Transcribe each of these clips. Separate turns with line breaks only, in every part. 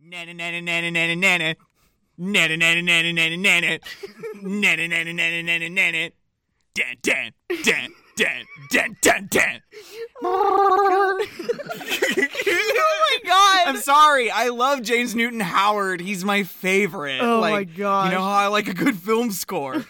Nana nana nana nana nana. Nana nana nana nana nana. Nana nana nana nana nana. Dan dan dan dan dan dan dan.
my god.
I'm sorry. I love James Newton Howard. He's my favorite.
Oh my
like,
gosh.
You know how I like a good film score.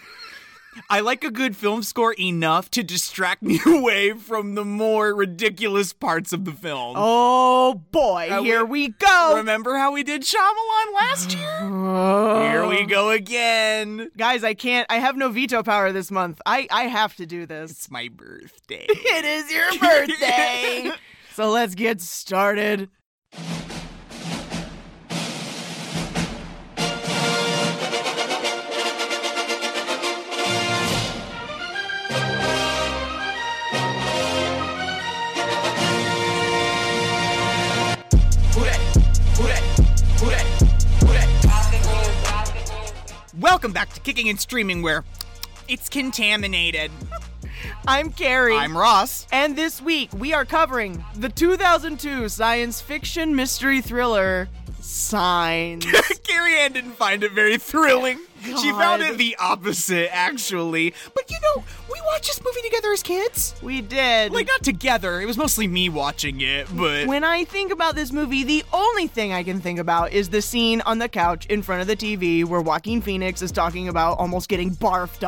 I like a good film score enough to distract me away from the more ridiculous parts of the film.
Oh boy,
Uh,
here
we-
we, go.
Remember how we did Shyamalan last year? Here we go again.
Guys, I can't. I have no veto power this month. I I have to do this.
It's my birthday.
It is your birthday. so let's get started.
Welcome back to Kicking and Streaming, where it's contaminated.
I'm Carrie.
I'm Ross.
and this week we are covering the 2002 science fiction mystery thriller Signs.
Carrie Ann didn't find it very thrilling. She
God.
found it the opposite, actually. But you know, we watched this movie together as kids.
we did.
Like, not together. It was mostly me watching it, but.
When I think about this movie, the only thing I can think about is the scene on the couch in front of the TV where Joaquin Phoenix is talking about almost getting barfed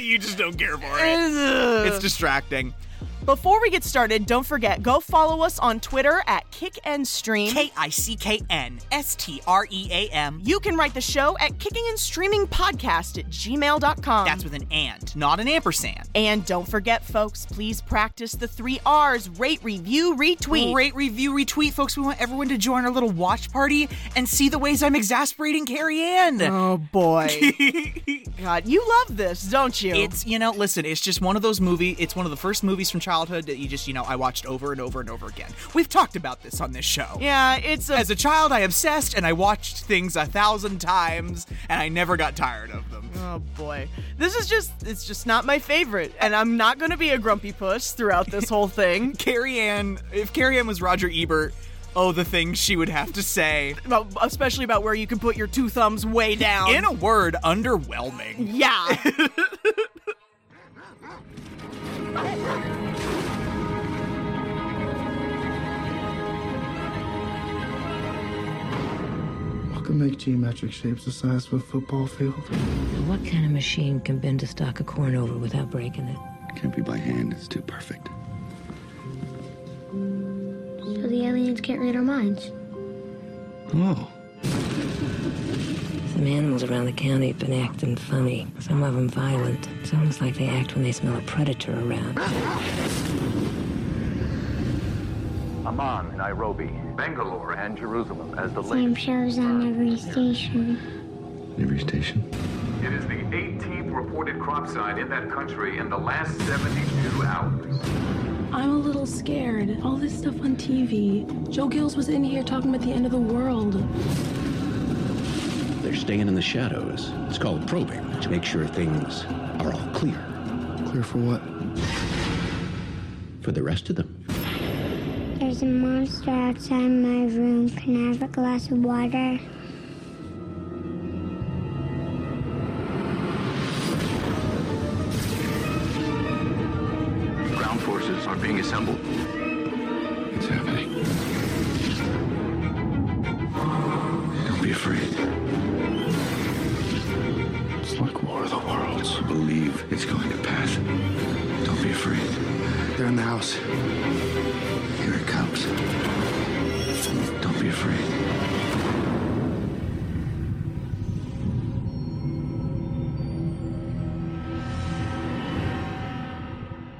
you just don't care for it. It's
it's
distracting.
Before we get started, don't forget go follow us on Twitter at Kick and Stream.
K I C K N S T R E A M.
you can write the show at kicking and streaming podcast at gmail.com.
That's with an and, not an ampersand.
and don't forget, folks, please practice the three R's rate, review, retweet.
Rate, review, retweet, folks. We want everyone to join our little watch party and see the ways I'm exasperating Carrie Ann.
Oh boy. God, you love this, don't you?
It's you know, listen, it's just one of those movie. It's one of the first movies from childhood that you just you know I watched over and over and over again. We've talked about this on this show.
yeah, it's a
As a child, I obsessed and I watched things a thousand times, and I never got tired of them.
Oh boy. This is just it's just not my favorite and I'm not going to be a grumpy puss throughout this whole thing.
Carrie Ann, if Carrie Ann was Roger Ebert, oh the things she would have to say.
About, especially about where you can put your two thumbs way down.
In a word, underwhelming.
yeah.
I can make geometric shapes the size of a football field.
What kind of machine can bend a stalk of corn over without breaking it?
Can't be by hand, it's too perfect.
So the aliens can't read our minds.
Oh.
Some animals around the county have been acting funny. Some of them violent. Some it's like they act when they smell a predator around.
Amman, Nairobi, Bangalore, and Jerusalem as the
Same
latest.
shows on every station.
Every station.
It is the 18th reported crop side in that country in the last 72 hours.
I'm a little scared. All this stuff on TV. Joe Gills was in here talking about the end of the world.
They're staying in the shadows. It's called probing to make sure things are all clear
Clear for what?
for the rest of them.
There's a monster outside my room. Can I have a glass of water?
Ground forces are being assembled.
It's happening. Don't be afraid. It's like War of the Worlds. Believe it's going to pass. Don't be afraid. They're in the house. Here it comes. Don't be afraid.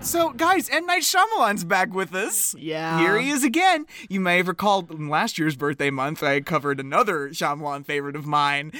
So, guys, M. Night Shyamalan's back with us.
Yeah.
Here he is again. You may have recalled in last year's birthday month, I covered another Shyamalan favorite of mine,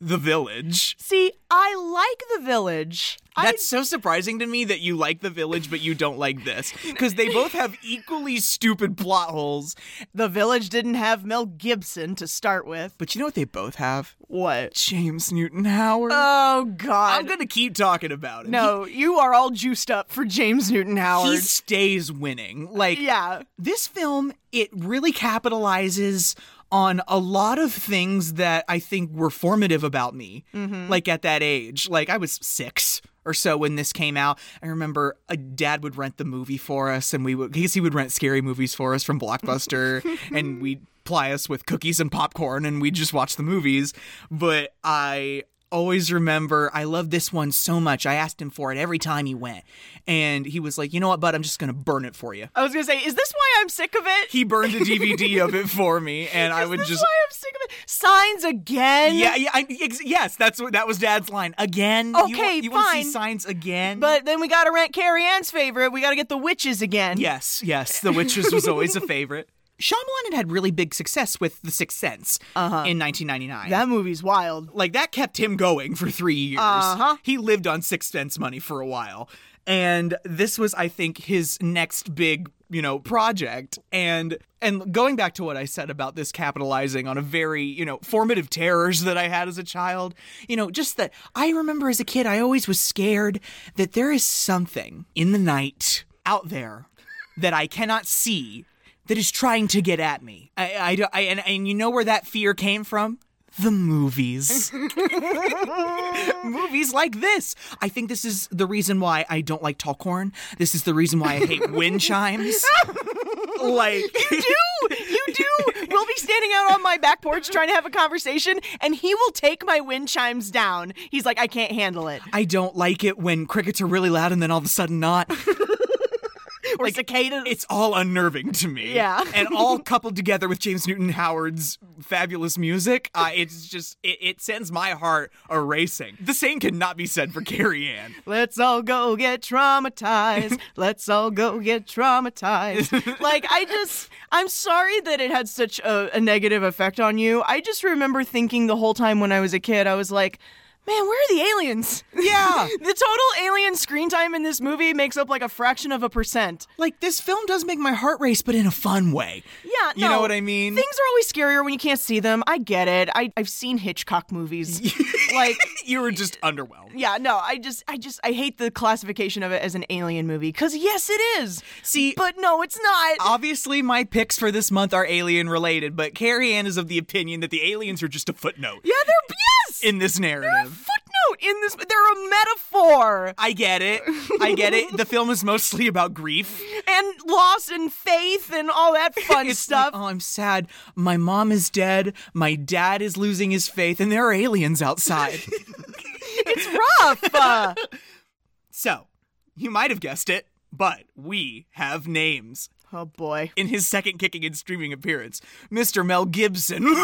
The Village.
See, I like The Village. I
That's so surprising to me that you like The Village, but you don't like this. Because they both have equally stupid plot holes.
The Village didn't have Mel Gibson to start with.
But you know what they both have?
What?
James Newton Howard.
Oh god.
I'm going to keep talking about it.
no, you are all juiced up for James Newton
He, he
Howard.
stays winning. Like,
yeah.
this film, it really capitalizes on a lot of things that I think were formative about me. Like at that age, like I was six or so when this came out. I remember a dad would rent the movie for us, and we would because he would rent scary movies for us from Blockbuster, and we'd ply us with cookies and popcorn, and we'd just watch the movies. But I always remember I love this one so much. I asked him for it every time he went, and he was like, "You know what, bud? I'm just gonna burn it for you."
I was gonna say, is this why I'm sick of it?
He burned a DVD of it for me, and I would
Is this
just
why I'm sick of it? Signs again.
yeah, yeah, I, ex- yes, that's what that was Dad's line again. you,
Okay,
want- you want to see
fine.
signs again?
But then we gotta rent Carrie Ann's favorite. We gotta get the witches again.
yes, yes, The Witches was always a favorite. Shyamalan had really big success with The Sixth Sense
Uh-huh.
in 1999.
That movie's wild.
like that kept him going for three years.
Uh-huh.
He lived on sixpence money for a while, and this was, I think, his next big, you know, project. And and going back to what I said about this capitalizing on a very, you know, formative terrors that I had as a child, you know, just that I remember as a kid, I always was scared that there is something in the night out there that I cannot see. That is trying to get at me. I, I, don't- I and, and you know where that fear came from? The movies movies like this. I think this is the reason why I don't like tall corn. This is the reason why I hate wind chimes. like
You do! You do! We'll be standing out on my back porch trying to have a conversation, and he will take my wind chimes down. He's like, I can't handle it.
I don't like it when crickets are really loud and then all of a sudden not.
Or cicadas.
It's all unnerving to me.
Yeah.
and all coupled together with James Newton Howard's fabulous music, uh, it's just it, it sends my heart a racing. The same cannot be said for Carrie Ann.
Let's all go get traumatized. Let's all go get traumatized. like, I just, I'm sorry that it had such a, a negative effect on you. I just remember thinking the whole time when I was a kid, I was like, man, where are the aliens?
Yeah.
the total alien screen time in this movie makes up like a fraction of a percent.
Like this film does make my heart race, but in a fun way.
Yeah,
You know
no.
what I mean?
Things are always scarier when you can't see them. I get it. I, I've seen Hitchcock movies. like,
you were just underwhelmed.
yeah, no, I just, I just, I hate the classification of it as an alien movie because yes, it is.
See-
but no, it's not.
Obviously, my picks for this month are alien related, but Carrie Ann is of the opinion that the aliens are just a footnote
yeah, they're yes.
in this narrative.
footnote in this. They're a metaphor
I get it. I get it. The film is mostly about grief.
and loss and faith and all that fun
It's
stuff.
like, oh, I'm sad. My mom is dead. My dad is losing his faith, and there are aliens outside.
it's rough. Uh,
so, you might have guessed it, but we have names.
oh boy.
in his second kicking and streaming appearance, Mr. Mel Gibson.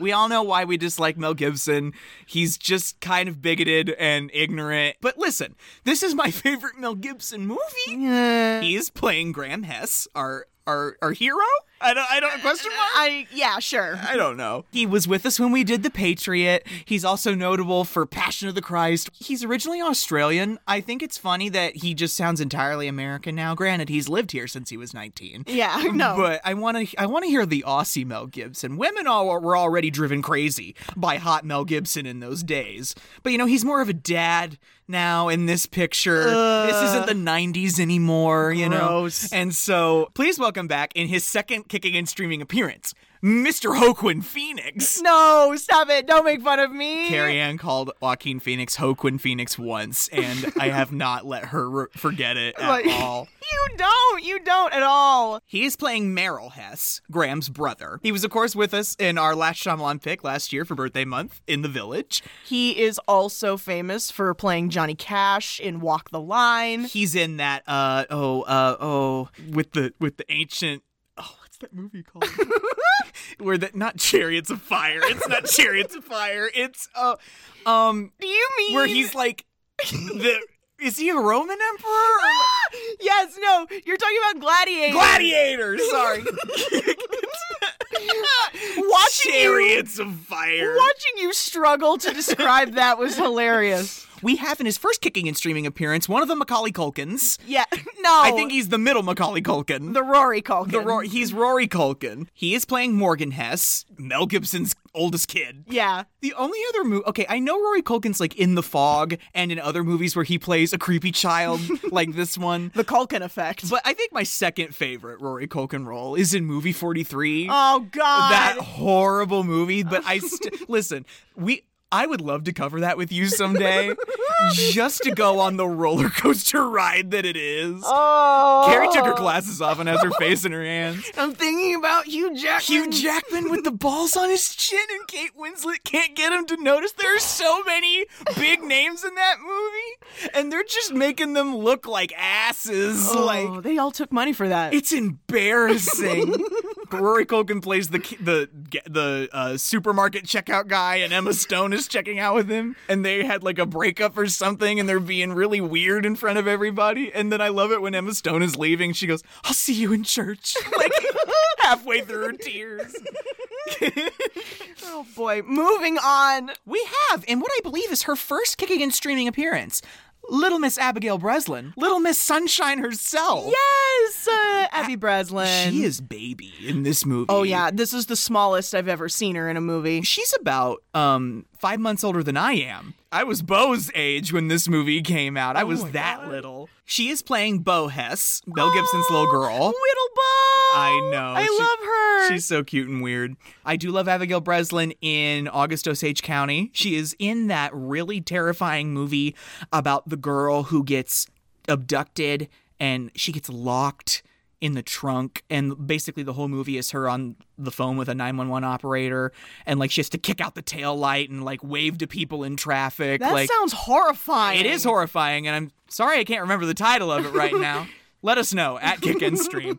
we all know why we dislike Mel Gibson. He's just kind of bigoted and ignorant. But listen, this is my favorite Mel Gibson movie. He is playing Graham Hess, our our our hero. I don't I don't question mark.
I yeah, sure.
I don't know. He was with us when we did The Patriot. He's also notable for Passion of the Christ. He's originally Australian. I think it's funny that he just sounds entirely American now. Granted, he's lived here since he was 19.
Yeah, no.
But I want to I want to hear the Aussie Mel Gibson. Women all were already driven crazy by hot Mel Gibson in those days. But you know, he's more of a dad now in this picture. this isn't the 90s anymore, you know.
Gross.
And so, please welcome back in his second kicking and streaming appearance, Mr. Hoquin Phoenix.
No, stop it. Don't make fun of me.
Carrie Ann called Joaquin Phoenix Hoquin Phoenix once, and I have not let her re- forget it at
Like-
all.
You don't. You don't at all.
He is playing Merrill Hess, Graham's brother. He was, of course, with us in our last Shyamalan pick last year for birthday month in The Village.
He is also famous for playing Johnny Cash in Walk the Line.
He's in that uh oh uh oh with the with the ancient oh what's that movie called? Where the not Chariots of Fire. It's not Chariots of Fire. It's uh um
Do you mean
where he's like the is he a Roman emperor? Oh Or like-
Yes, no. You're talking about Gladiator.
Gladiator, sorry.
Watching you-
Chariots of Fire.
Watching you struggle to describe that was hilarious.
we have in his first kicking and streaming appearance one of the Macaulay Culkins.
Yeah, no.
I think he's the middle Macaulay Culkin.
the Rory Culkin.
The Rory, he's Rory Culkin. He is playing Morgan Hess, Mel Gibson's oldest kid.
Yeah.
The only other movie, okay, I know Rory Culkin's like in The Fog and in other movies where he plays a creepy child like this one.
The Culkin effect.
But I think my second favorite Rory Culkin role is in movie 43.
oh God.
that horrible movie, but I st- listen, we I would love to cover that with you someday just to go on the roller coaster ride that it is.
oh.
Carrie took her glasses off and has her face in her hands.
I'm thinking about Hugh Jackman.
Hugh Jackman with the balls on his chin and Kate Winslet can't get him to notice. There are so many big names in that movie, and they're just making them look like asses.
Oh,
Like
they all took money for that.
it's embarrassing. Rory Culkin plays the the the uh, supermarket checkout guy, and Emma Stone is checking out with him, and they had like a breakup or something, and they're being really weird in front of everybody. And then I love it when Emma Stone is leaving, she goes, "I'll see you in church," like halfway through her tears.
oh boy. Moving on.
We have, and what I believe is her first kicking and streaming appearance. Little Miss Abigail Breslin, Little Miss Sunshine herself.
Yes, uh, Abby Breslin.
She is baby in this movie.
Oh yeah, this is the smallest I've ever seen her in a movie.
She's about um 5 months older than I am. I was Bo's age when this movie came out.
Oh
I was that little. She is playing Bo Hess, Mel Gibson's little girl.
Whittlebone.
I know.
Oh, I
She-
love her.
She's so cute and weird. I do love Abigail Breslin in August Osage County. She is in that really terrifying movie about the girl who gets abducted and she gets locked in the trunk and basically the whole movie is her on the phone with a 911 operator and like she has to kick out the tail light and like wave to people in traffic
That
like
sounds horrifying.
it is horrifying, and I'm sorry I can't remember the title of it right now. Let us know at Kick and Stream.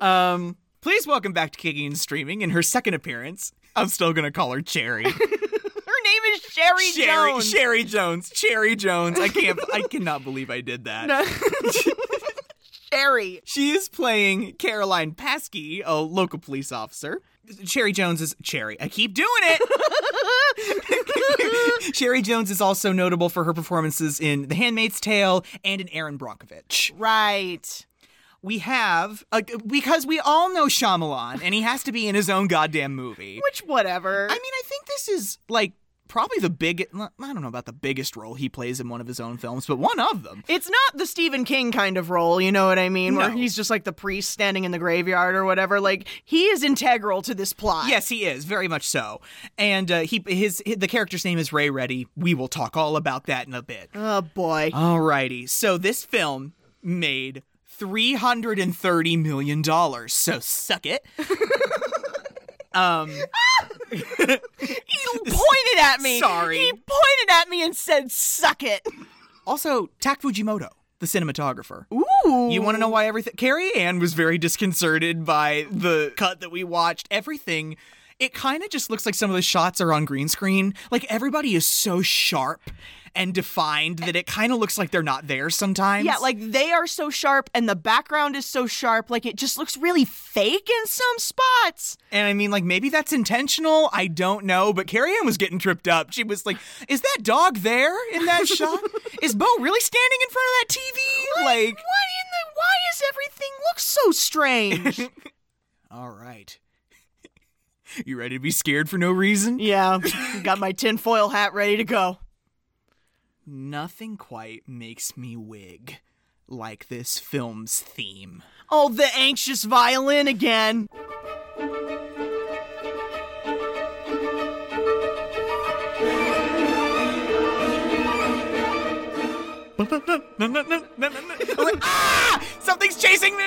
Um, please welcome back to Kicking and Streaming in her second appearance. I'm still gonna call her Cherry.
Her name is Sherry,
Cherry,
Jones.
Sherry Jones, Cherry Jones. I can't. I cannot believe I did that.
Sherry.
She is playing Caroline Paskey, a local police officer. Cherry Jones is Cherry. I keep doing it. Cherry Jones is also notable for her performances in The Handmaid's Tale and in Aaron Brockovich.
Right.
We have uh, because we all know Shyamalan, and he has to be in his own goddamn movie.
Which whatever.
I mean, I think this is like probably the big. I don't know about the biggest role he plays in one of his own films, but one of them.
it's not the Stephen King kind of role, you know what I mean? Where
No.
he's just like the priest standing in the graveyard or whatever. Like he is integral to this plot.
Yes, he is very much so, and uh, he his, hi- the character's name is Ray Reddy. We will talk all about that in a bit.
Oh boy.
Uh, Alrighty, so this film made three hundred and thirty million dollars. So suck it. um,
he pointed at me.
Sorry.
He pointed at me and said, "Suck it."
also, Tak Fujimoto, the cinematographer.
Ooh.
You want to know why everything? Carrie Ann was very disconcerted by the cut that we watched. Everything. It kind of just looks like some of the shots are on green screen. Like everybody is so sharp and defined that it kind of looks like they're not there sometimes.
Yeah, like they are so sharp and the background is so sharp, like it just looks really fake in some spots.
And I mean, like maybe that's intentional. I don't know. But Carrie Ann was getting tripped up. She was like, "Is that dog there in that shot? Is Bo really standing in front of that TV?"
Why
Like,
in the why is everything look so strange?
all right. You ready to be scared for no reason?
yeah. Got my tinfoil hat ready to go.
Nothing quite makes me wig like this film's theme.
Oh, the anxious violin again.
ah! Something's chasing me!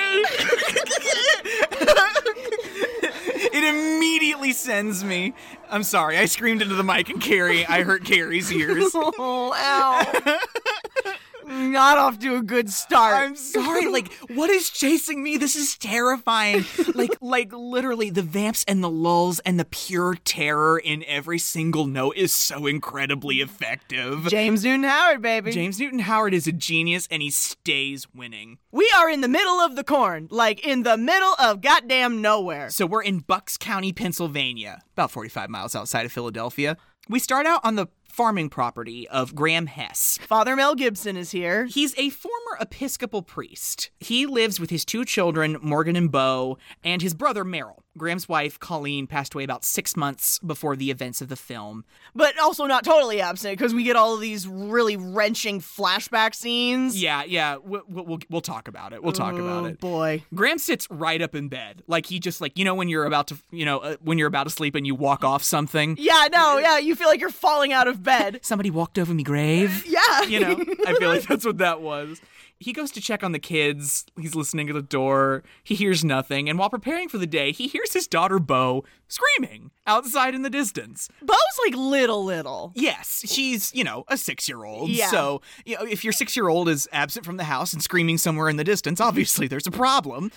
it immediately sends me. I'm sorry, I screamed into the mic and Carrie, I hurt Carrie's ears.
Oh, ow. Not off to a good start.
I'm sorry. Like, what is chasing me? This is terrifying. Like, like literally, the vamps and the lulls and the pure terror in every single note is so incredibly effective.
James Newton Howard, baby.
James Newton Howard is a genius and he stays winning.
We are in the middle of the corn, like in the middle of goddamn nowhere.
So we're in Bucks County, Pennsylvania, about 45 miles outside of Philadelphia. We start out on the farming property of Graham Hess.
Father Mel Gibson is here.
He's a former Episcopal priest. He lives with his two children, Morgan and Beau, and his brother Merrill. Graham's wife, Colleen, passed away about six months before the events of the film.
But also not totally absent because we get all of these really wrenching flashback scenes.
Yeah, yeah, we'll, we'll, we'll talk about it. We'll talk about
Oh,
it.
boy.
Graham sits right up in bed, like he just like you know when you're about to you know uh, when you're about to sleep and you walk off something.
Yeah, no, yeah, you feel like you're falling out of bed.
Somebody walked over me grave.
Yeah.
you know, I feel like that's what that was. He goes to check on the kids. He's listening at the door. He hears nothing, and while preparing for the day, he hears his daughter Bo screaming outside in the distance.
Bo's like little, little.
Yes, she's, you know, a six year old.
Yeah.
So, you know, if your six year old is absent from the house and screaming somewhere in the distance, obviously there's a problem.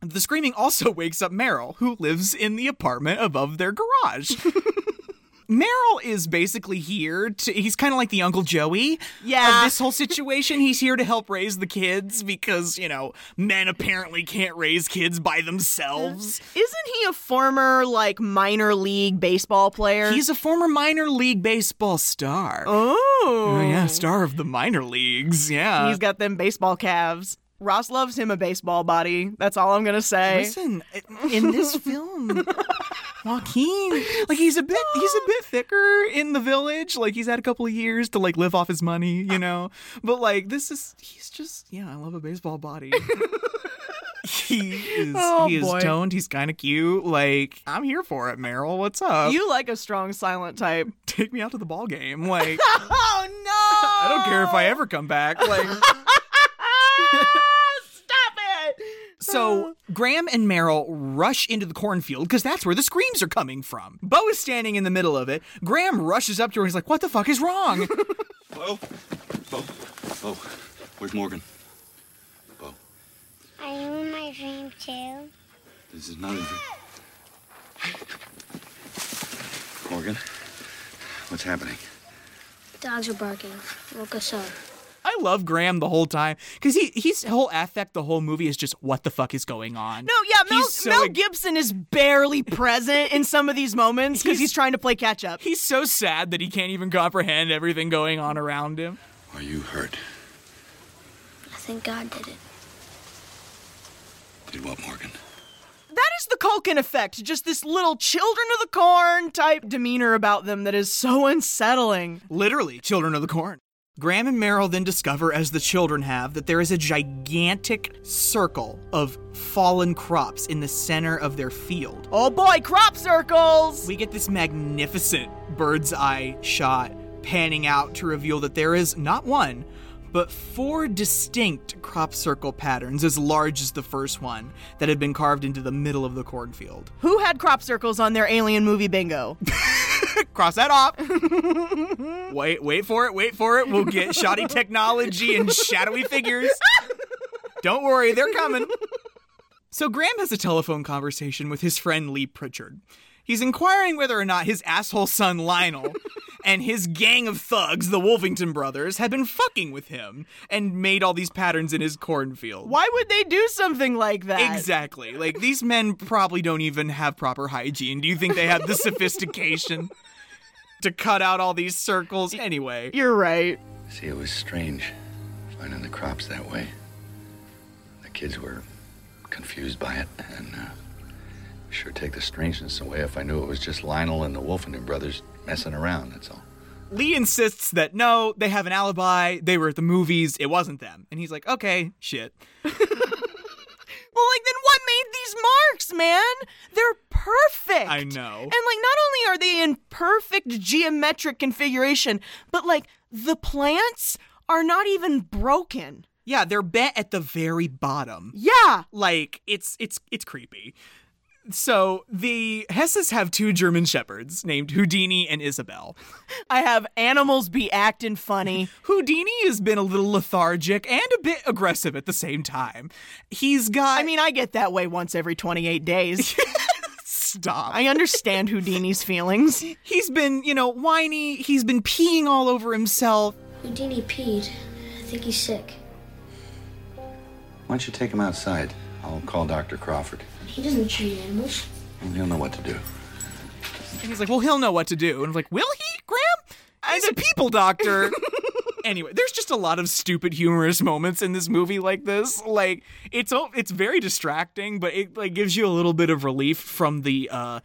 The screaming also wakes up Meryl, who lives in the apartment above their garage. Meryl is basically here to, he's kind of like the Uncle Joey
Yeah.
of this whole situation. He's here to help raise the kids because, you know, men apparently can't raise kids by themselves.
Isn't he a former, like, minor league baseball player?
He's a former minor league baseball star.
Oh.
Oh yeah, star of the minor leagues. Yeah.
He's got them baseball calves. Ross loves him a baseball body. That's all I'm going to say.
Listen, in this film, Joaquin, like he's a bit, he's a bit thicker in the village. Like he's had a couple of years to like live off his money, you know. But like this is, he's just, yeah, I love a baseball body. he is,
Oh,
he is
boy.
toned. He's kind of cute. Like I'm here for it, Meryl. What's up?
You like a strong silent type.
take me out to the ball game. Like
Oh no!
I don't care if I ever come back. Like.
Stop it!
So Graham and Merrill rush into the cornfield because that's where the screams are coming from. Bo is standing in the middle of it. Graham rushes up to her and he's like, What the fuck is wrong?
Bo? Bo? Bo? Where's Morgan? Bo,
Are you in my dream too?
this is not a dream. Morgan, what's happening?
Dogs are barking. Woke us up.
I love Graham the whole time because he, his whole affect the whole movie is just, What the fuck is going on?
No, yeah, Mel,
He's so
Mel
ex-
Gibson is barely present in some of these moments because he's, trying to play catch up.
He's so sad that he can't even comprehend everything going on around him.
Are you hurt?
I think God did it.
Did what, Morgan?
That is the Culkin effect, just this little children of the corn type demeanor about them that is so unsettling.
Literally, children of the corn. Graham and Merrill then discover, as the children have, that there is a gigantic circle of fallen crops in the center of their field.
Oh boy, crop circles!
We get this magnificent bird's eye shot panning out to reveal that there is not one, but four distinct crop circle patterns as large as the first one that had been carved into the middle of the cornfield.
Who had crop circles on their alien movie bingo?
Cross that off. wait, wait for it, wait for it. We'll get shoddy technology and shadowy figures. Don't worry, they're coming. So Graham has a telephone conversation with his friend Lee Pritchard. He's inquiring whether or not his asshole son Lionel and his gang of thugs, the Wolvington brothers, have been fucking with him and made all these patterns in his cornfield.
Why would they do something like that?
Exactly. Like these men probably don't even have proper hygiene. Do you think they have the sophistication to cut out all these circles anyway?
You're right.
See, it was strange finding the crops that way. The kids were confused by it, and uh, sure take the strangeness away if I knew it was just Lionel and the Wolfenden brothers messing around, that's all.
Lee insists that no, they have an alibi. They were at the movies. It wasn't them. And he's like, "Okay, shit."
Well, like, then what made these marks, man? They're perfect.
I know.
And, like, not only are they in perfect geometric configuration, but, like, the plants are not even broken.
Yeah, they're bent at the very bottom.
Yeah.
Like it's it's it's creepy. So the Hesses have two German shepherds named Houdini and Isabel.
I have animals be acting funny.
Houdini has been a little lethargic and a bit aggressive at the same time. He's got.
I mean, I get that way once every 28 days.
stop.
I understand Houdini's feelings.
He's been, you know, whiny. He's been peeing all over himself.
Houdini peed. I think he's sick.
Why don't you take him outside? I'll call Dr. Crawford,
He doesn't treat animals.
and he'll know what to do.
And he's like, well, he'll know what to do. And I'm like, will he, Graham? He's a people doctor. anyway, there's just a lot of stupid humorous moments in this movie like this. Like it's o- it's very distracting, but it like gives you a little bit of relief from the uh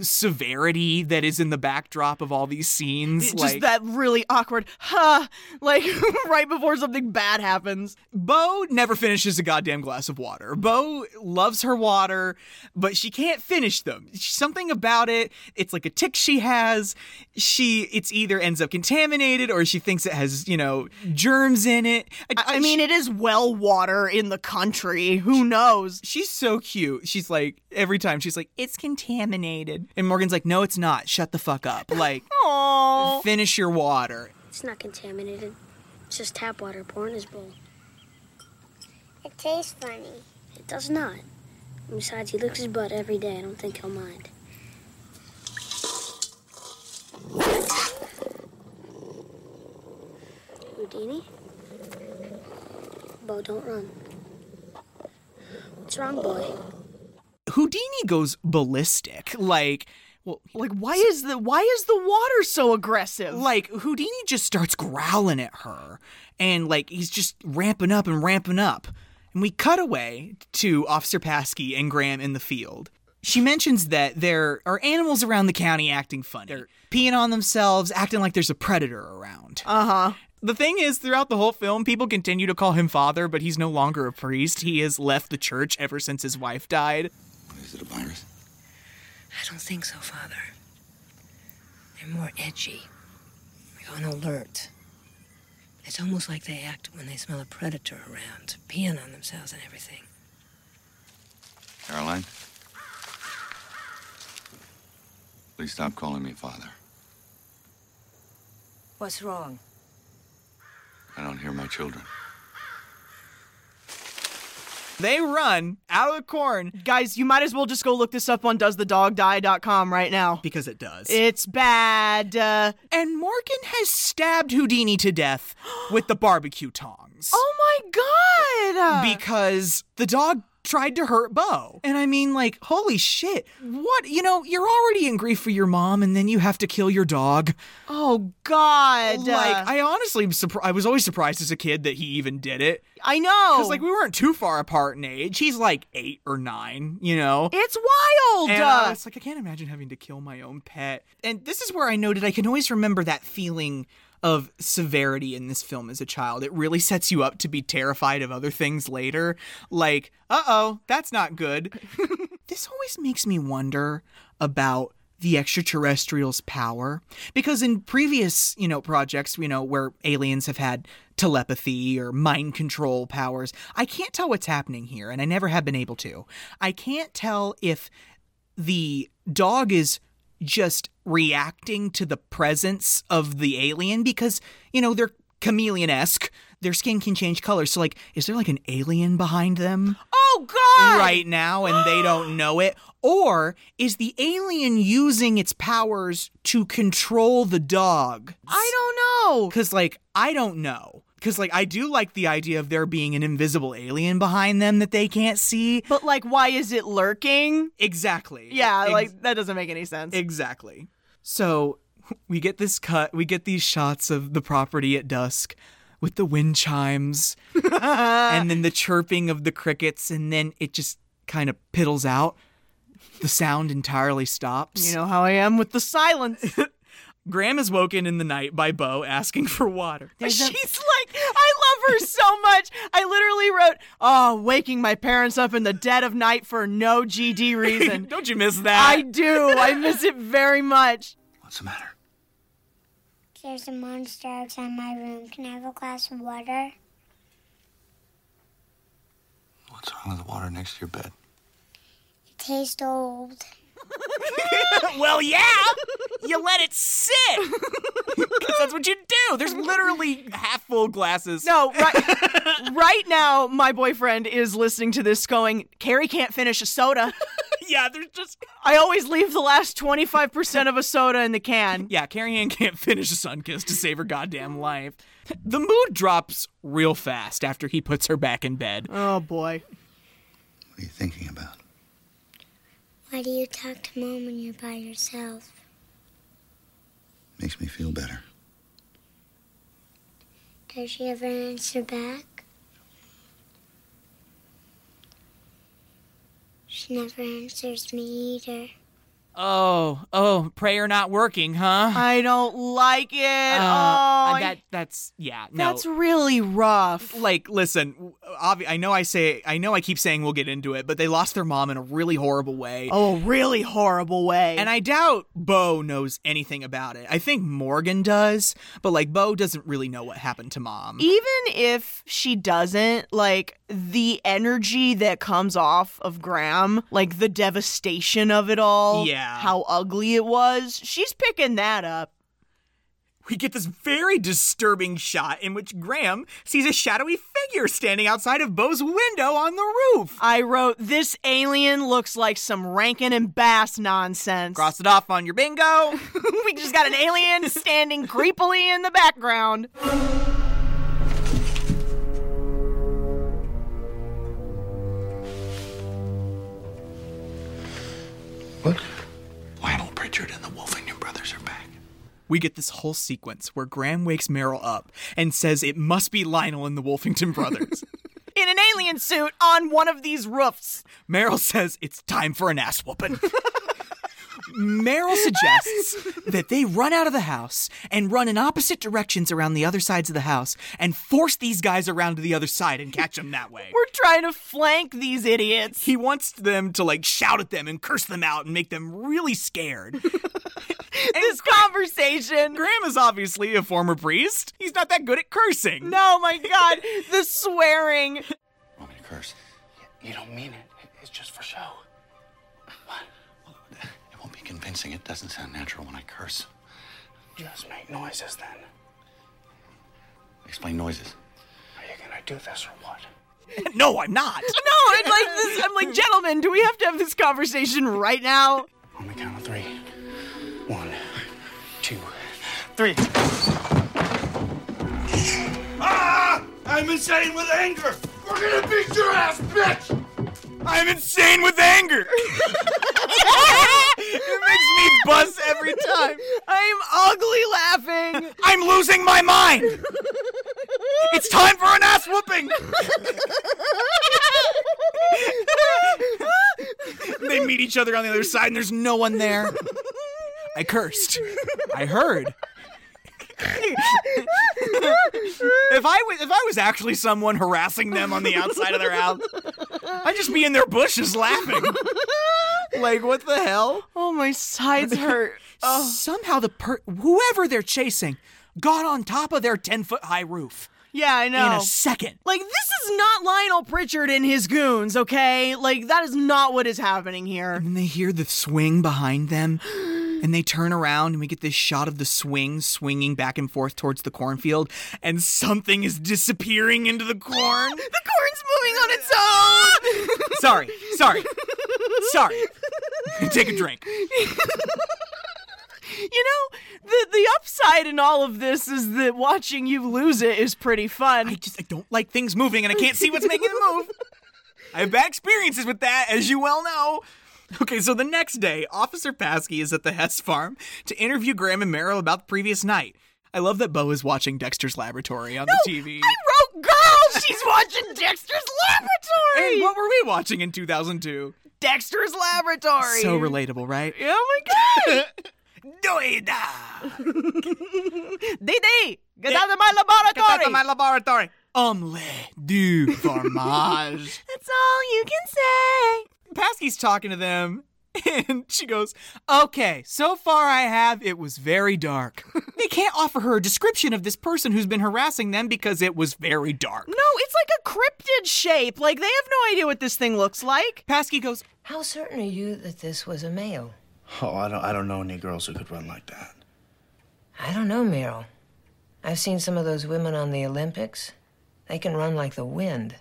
severity that is in the backdrop of all these scenes
Just
like
that really awkward, huh? Like right before something bad happens.
Bo never finishes a goddamn glass of water. Bo loves her water, but she can't finish them. Something about it, it's like a tick she has. She it's either ends up contaminated or she thinks it has, you know, germs in it. I,
mean, it is well water in the country. Who knows?
She's so cute. She's like every time she's like it's contaminated. And Morgan's like no, it's not. Shut the fuck up. Like
Aww.
finish your water.
It's not contaminated. It's just tap water poured in his bowl. It tastes funny. It does not. And Besides, he licks his butt every day. I don't think he'll mind. Houdini? Bo, don't run. What's wrong, boy?
Houdini goes ballistic. Like well,
like why is the why is the water so aggressive?
Like Houdini just starts growling at her, and like he's just ramping up and ramping up. And we cut away to Officer Paskey and Graham in the field. She mentions that there are animals around the county acting funny, They're peeing on themselves, acting like there's a predator around.
Uh huh.
The thing is, throughout the whole film, people continue to call him father, but he's no longer a priest. He has left the church ever since his wife died.
Is it a virus?
I don't think so, Father. They're more edgy, like on alert. It's almost like they act when they smell a predator around, peeing on themselves and everything.
Caroline? Please stop calling me father.
What's wrong?
I don't hear my children.
They run out of the corn.
Guys, you might as well just go look this up on doesthedogdie.com right now.
Because it does.
It's bad. Uh,
and Morgan has stabbed Houdini to death with the barbecue tongs.
Oh my god!
Because the dog tried to hurt Bo. And I mean, like, holy shit. What? You know, you're already in grief for your mom, and then you have to kill your dog.
oh god! Uh,
Like, I honestly, am surpri- I was always surprised as a kid that he even did it.
I know.
Because, like, we weren't too far apart in age. He's like eight or nine, you know?
it's wild. Uh,
And I was like, I can't imagine having to kill my own pet. And this is where I noted I can always remember that feeling of severity in this film as a child. It really sets you up to be terrified of other things later. Like, uh oh, that's not good. this always makes me wonder about the extraterrestrials' power because in previous, you know, projects, you know, where aliens have had telepathy or mind control powers, I can't tell what's happening here and I never have been able to. I can't tell if the dog is just reacting to the presence of the alien because, you know, they're chameleon esque. Their skin can change colors. So, like, is there like an alien behind them?
oh god!
right now and they don't know it? Or is the alien using its powers to control the dog?
I don't know.
Because, like, I don't know. Because, like, I do like the idea of there being an invisible alien behind them that they can't see.
But like, why is it lurking?
Exactly.
Yeah,
Ex-
like that doesn't make any sense.
Exactly. So we get this cut, we get these shots of the property at dusk with the wind chimes and then the chirping of the crickets, and then it just kind of piddles out. The sound entirely stops.
you know how I am with the silence.
Graham is woken in the night by Bo asking for water.
She's like, I love her so much. I literally wrote, "Oh, waking my parents up in the dead of night for no GD reason."
Don't you miss that?
I do. I miss it very much.
What's the matter?
There's a monster outside my room. Can I have a glass of water?
What's wrong with the water next to your bed?
It tastes old.
well, yeah. You let it sit. 'Cause that's what you do. There's literally half full glasses.
No, right, right now, my boyfriend is listening to this, going, "Carrie can't finish a soda."
Yeah, there's just.
I always leave the last twenty five percent of a soda in the can.
Yeah, Carrie Ann can't finish a sun kiss to save her goddamn life. The mood drops real fast after he puts her back in bed.
Oh boy.
What are you thinking about?
Why do you talk to mom when you're by yourself?
Makes me feel better.
Does she ever answer back? She never answers me either.
Oh, oh, prayer not working, huh?
I don't like it.
Uh,
oh,
that that's yeah. No,
That's really rough.
Like, listen, obvi- I know I say, I know I keep saying we'll get into it, but they lost their mom in a really horrible way.
Oh, really horrible way.
And I doubt Bo knows anything about it. I think Morgan does, but like Bo doesn't really know what happened to mom.
Even if she doesn't, like the energy that comes off of Graham, like the devastation of it all,
Yeah.
how ugly it was, she's picking that up.
we get this very disturbing shot in which Graham sees a shadowy figure standing outside of Bo's window on the roof.
I wrote, This alien looks like some Rankin and Bass nonsense.
Cross it off on your bingo.
we just got an alien standing creepily in the background.
Lionel Pritchard and the Wolfington brothers are back.
we get this whole sequence where Graham wakes Meryl up and says it must be Lionel and the Wolfington brothers.
In an alien suit on one of these roofs.
Meryl says it's time for an ass whooping. Meryl suggests that they run out of the house and run in opposite directions around the other sides of the house and force these guys around to the other side and catch them that way.
We're trying to flank these idiots.
He wants them to like shout at them and curse them out and make them really scared.
this conversation.
Graham is obviously a former priest. He's not that good at cursing.
No, Oh my God, the swearing.
Want me to curse?
You don't mean it. It's just for show.
It won't be convincing. It doesn't sound natural when I curse.
Just make noises then.
Explain noises.
Are you gonna do this or what?
no, I'm not.
No, I'm like this. I'm like, gentlemen, do we have to have this conversation right now?
On the count of three. One, two.
Three.
Ah! I'm insane with anger! We're gonna beat your ass, bitch!
I'm insane with anger. it makes me buzz every time.
I'm ugly laughing.
I'm losing my mind. It's time for an ass whooping. they meet each other on the other side and there's no one there. I cursed. I heard. if I was if I was actually someone harassing them on the outside of their house, I'd just be in their bushes laughing. like what the hell?
Oh, my sides hurt.
Somehow the per- whoever they're chasing got on top of their 10-foot high roof
Yeah, I
in
know.
a second.
Like, this is not Lionel Pritchard and his goons, okay? Like, that is not what is happening here.
And they hear the swing behind them, and they turn around, and we get this shot of the swing swinging back and forth towards the cornfield, and something is disappearing into the corn.
The corn's moving on its own!
sorry, sorry, sorry. Take a drink.
You know, the the upside in all of this is that watching you lose it is pretty fun.
I just I don't like things moving, and I can't see what's making it move. I have bad experiences with that, as you well know. Okay, so the next day, Officer Paskey is at the Hess farm to interview Graham and Merrill about the previous night. I love that Bo is watching Dexter's Laboratory on the TV.
I wrote girl, she's watching Dexter's Laboratory.
And what were we watching in 2002?
Dexter's Laboratory.
So relatable, right?
Oh my god.
Doida!
Dee Dee, get out of my laboratory.
laboratory. Omelette du fromage.
That's all you can say.
Paskey's talking to them, and she goes, Okay, so far I have, it was very dark. they can't offer her a description of this person who's been harassing them because it was very dark.
No, it's like a cryptid shape. Like they have no idea what this thing looks like.
Paskey goes,
How certain are you that this was a male?
Oh, I don't I don't know any girls who could run like that.
I don't know, Meryl. I've seen some of those women on the Olympics. They can run like the wind.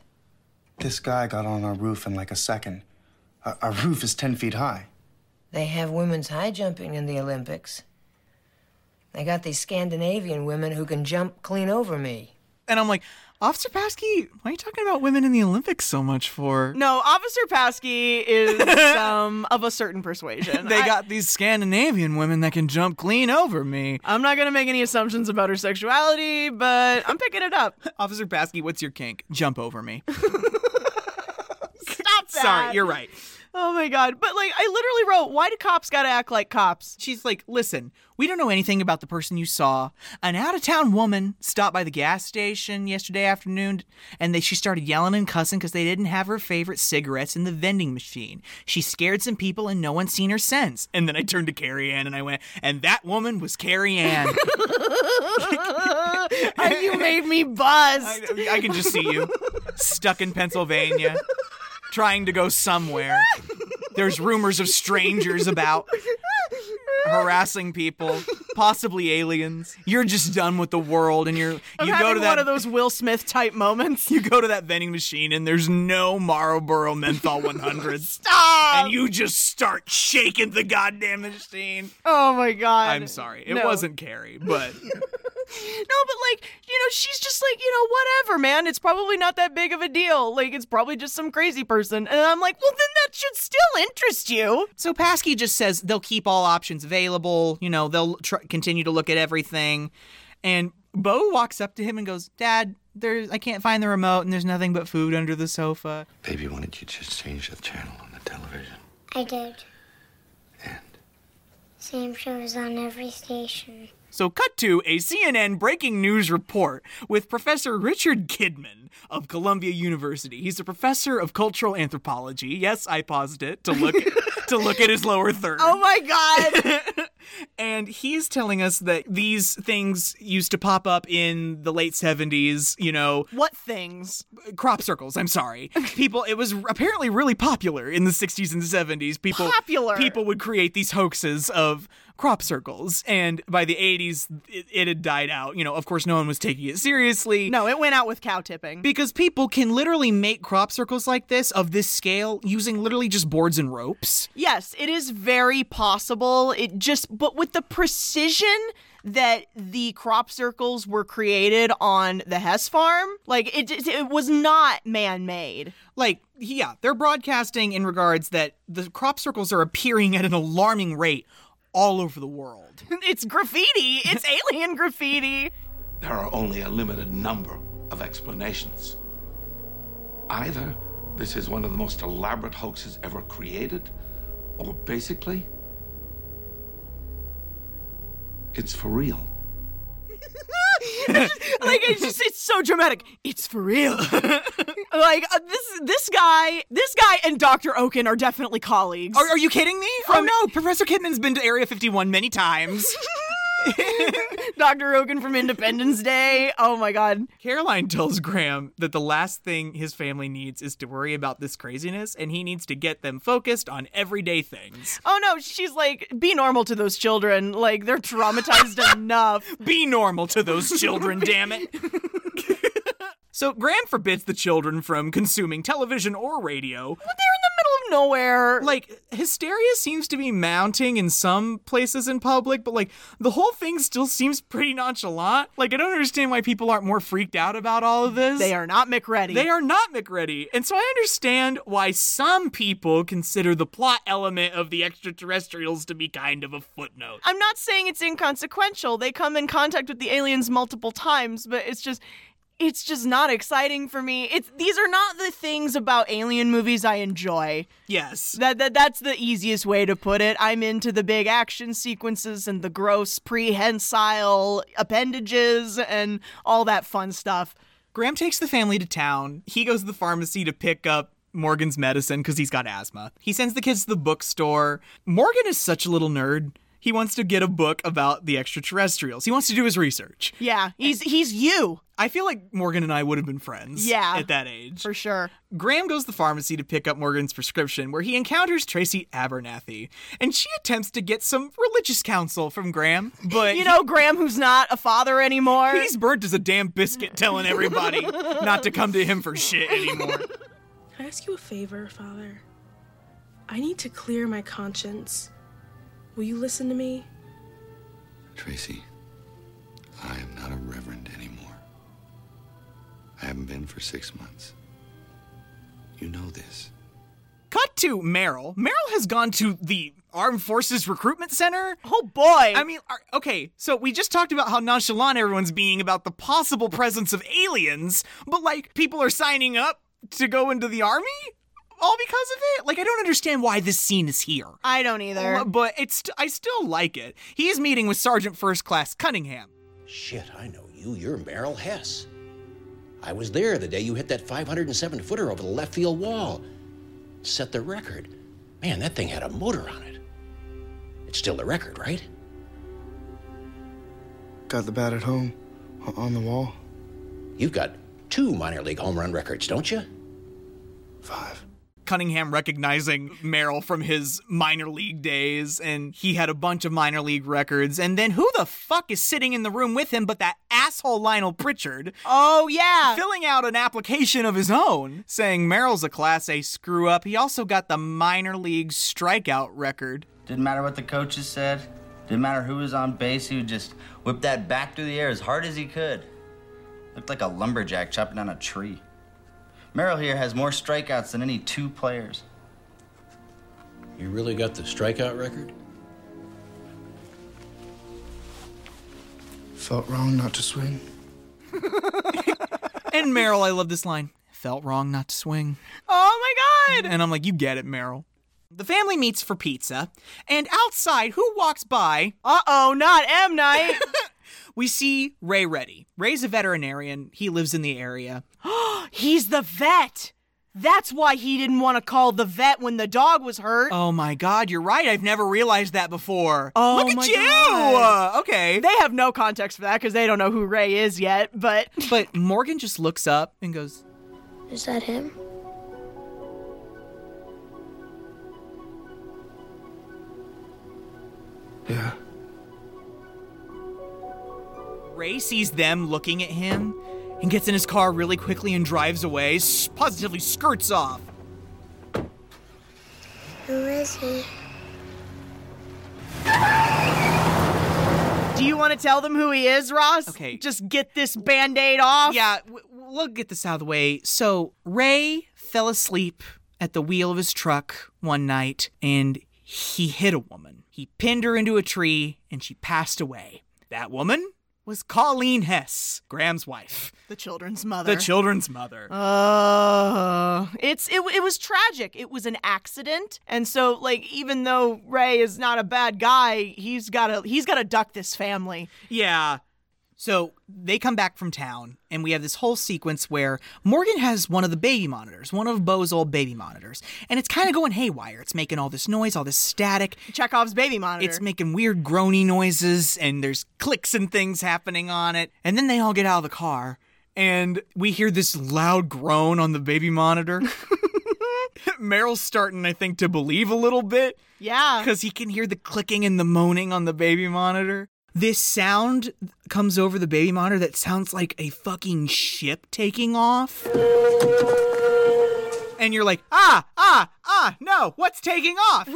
This guy got on our roof in like a second. Our, our roof is ten feet high.
They have women's high jumping in the Olympics. They got these Scandinavian women who can jump clean over me.
and I'm like, Officer Paskey, why are you talking about women in the Olympics so much for?
No, Officer Paskey is um, of a certain persuasion.
They got these Scandinavian women that can jump clean over me.
I'm not going to make any assumptions about her sexuality, but I'm picking it up.
Officer Paskey, what's your kink? Jump over me.
Stop that.
Sorry, you're right.
Oh my god. But like I literally wrote, why do cops gotta act like cops?
She's like, listen, we don't know anything about the person you saw. An out of town woman stopped by the gas station yesterday afternoon and they, she started yelling and cussing because they didn't have her favorite cigarettes in the vending machine. She scared some people and no one's seen her since. And then I turned to Carrie Ann and I went, and that woman was Carrie Ann.
And you made me buzz.
I, I can just see you stuck in Pennsylvania trying to go somewhere. There's rumors of strangers about harassing people, possibly aliens. You're just done with the world, and you're
I'm
you go to
having
that
one of those Will Smith type moments.
you go to that vending machine, and there's no Marlboro Menthol 100s,
Stop!
and you just start shaking the goddamn machine.
oh my god.
I'm sorry, it
No.
wasn't Carrie, but
No, but like, you know, she's just like, you know, whatever, man. It's probably not that big of a deal. Like, it's probably just some crazy person. And I'm like, well, then that should still interest you.
So Paskey just says they'll keep all options available. You know, they'll tr- continue to look at everything. And Bo walks up to him and goes, "Dad, there's I can't find the remote, and there's nothing but food under the sofa."
Baby, why don't you just change the channel on the television?
I did.
And?
Same shows on every station.
So cut to a CNN breaking news report with Professor Richard Kidman of Columbia University. He's a professor of cultural anthropology. Yes, I paused it to look to look at his lower third.
Oh my god.
and he's telling us that these things used to pop up in the late 70s, you know,
what things?
crop circles. I'm sorry, people. It was apparently really popular in the 60s and 70s. People
Popular.
People would create these hoaxes of crop circles, and by the 80s, it, it had died out. You know, of course, no one was taking it seriously.
No, it went out with cow tipping.
Because people can literally make crop circles like this of this scale using literally just boards and ropes.
Yes, it is very possible. It just, but with the precision that the crop circles were created on the Hess farm, like it, it, it was not man made.
Like, yeah, they're broadcasting in regards that the crop circles are appearing at an alarming rate all over the world.
It's graffiti. It's alien graffiti.
There are only a limited number of explanations. Either this is one of the most elaborate hoaxes ever created, or basically, it's for real.
like it's just it's so dramatic. It's for real. like uh, this this guy, this guy and Dr. Oaken are definitely colleagues.
Are, are you kidding me? oh no, Professor Kidman's been to Area 51 many times.
Dr. Oaken from Independence Day. Oh my god.
Caroline tells Graham that the last thing his family needs is to worry about this craziness, and he needs to get them focused on everyday things.
Oh no, she's like be normal to those children. Like they're traumatized enough.
Be normal to those children, damn it. so Graham forbids the children from consuming television or radio.
But they're in the middle of nowhere.
Like hysteria seems to be mounting in some places in public, but like the whole thing still seems pretty nonchalant. Like I don't understand why people aren't more freaked out about all of this.
they are not McReady.
They are not McReady. And so I understand why some people consider the plot element of the extraterrestrials to be kind of a footnote.
I'm not saying it's inconsequential. They come in contact with the aliens multiple times, but it's just it's just not exciting for me. It's these are not the things about alien movies I enjoy.
Yes.
That, that that's the easiest way to put it. I'm into the big action sequences and the gross prehensile appendages and all that fun stuff.
Graham takes the family to town. He goes to the pharmacy to pick up Morgan's medicine because he's got asthma. He sends the kids to the bookstore. Morgan is such a little nerd. He wants to get a book about the extraterrestrials. He wants to do his research.
Yeah, he's he's you
I feel like Morgan and I would have been friends
Yeah.
at that age.
for sure.
Graham goes to the pharmacy to pick up Morgan's prescription, where he encounters Tracy Abernathy, and she attempts to get some religious counsel from Graham, but
You know, Graham, who's not a father anymore.
he- he's burnt as a damn biscuit, telling everybody not to come to him for shit anymore.
Can I ask you a favor, Father? I need to clear my conscience. Will you listen to me?
Tracy, I am not a reverend anymore. I I haven't been for six months. You know this.
Cut to Merrill. Merrill has gone to the Armed Forces Recruitment Center.
Oh boy.
I mean, are- okay, so we just talked about how nonchalant everyone's being about the possible presence of aliens, but like people are signing up to go into the army all because of it? Like I don't understand why this scene is here.
I don't either.
Well, But it's I still like it. He's meeting with Sergeant First Class Cunningham.
Shit, I know you. You're Merrill Hess. I was there the day you hit that 507 footer over the left field wall. Set the record. Man, that thing had a motor on it. It's still the record, right?
Got the bat at home, o- on the wall.
You've got two minor league home run records, don't you?
Cunningham recognizing Merrill from his minor league days, and he had a bunch of minor league records. And then who the fuck is sitting in the room with him but that asshole Lionel Pritchard?
Oh, yeah.
Filling out an application of his own, saying Merrill's a Class A screw up. He also got the minor league strikeout record.
Didn't matter what the coaches said. Didn't matter who was on base. He would just whip that bat through the air as hard as he could. Looked like a lumberjack chopping down a tree. Merrill here has more strikeouts than any two players.
You really got the strikeout record?
Felt wrong not to swing.
And Merrill, I love this line. Felt wrong not to swing.
Oh my god!
And I'm like, you get it, Merrill. The family meets for pizza, and outside, who walks by?
Uh oh, not M Night.
we see Ray Reddy. Ray's a veterinarian. He lives in the area.
He's the vet. That's why he didn't want to call the vet when the dog was hurt.
Oh my God, you're right. I've never realized that before.
Oh,
look at
my
you.
God.
Uh, okay.
They have no context for that because they don't know who Ray is yet. But
but Morgan just looks up and goes,
Is that him?
Yeah.
Ray sees them looking at him and gets in his car really quickly and drives away, s- positively skirts off.
Who is he?
do you want to tell them who he is, Ross?
Okay.
Just get this band aid off.
Yeah, w- w- we'll get this out of the way. So, Ray fell asleep at the wheel of his truck one night and he hit a woman. He pinned her into a tree and she passed away. That woman was Colleen Hess, Graham's wife,
The children's mother.
the children's mother.
Uh, it's it, it was tragic. It was an accident, and so like even though Ray is not a bad guy, he's gotta he's gotta duck this family.
Yeah. So they come back from town, and we have this whole sequence where Morgan has one of the baby monitors, one of Bo's old baby monitors, and it's kind of going haywire. It's making all this noise, all this static.
Chekhov's baby monitor.
It's making weird groany noises, and there's clicks and things happening on it. And then they all get out of the car, and we hear this loud groan on the baby monitor. Meryl's starting, I think, to believe a little bit
yeah.
because he can hear the clicking and the moaning on the baby monitor. This sound comes over the baby monitor that sounds like a fucking ship taking off. And you're like, ah, ah, ah, no, what's taking off?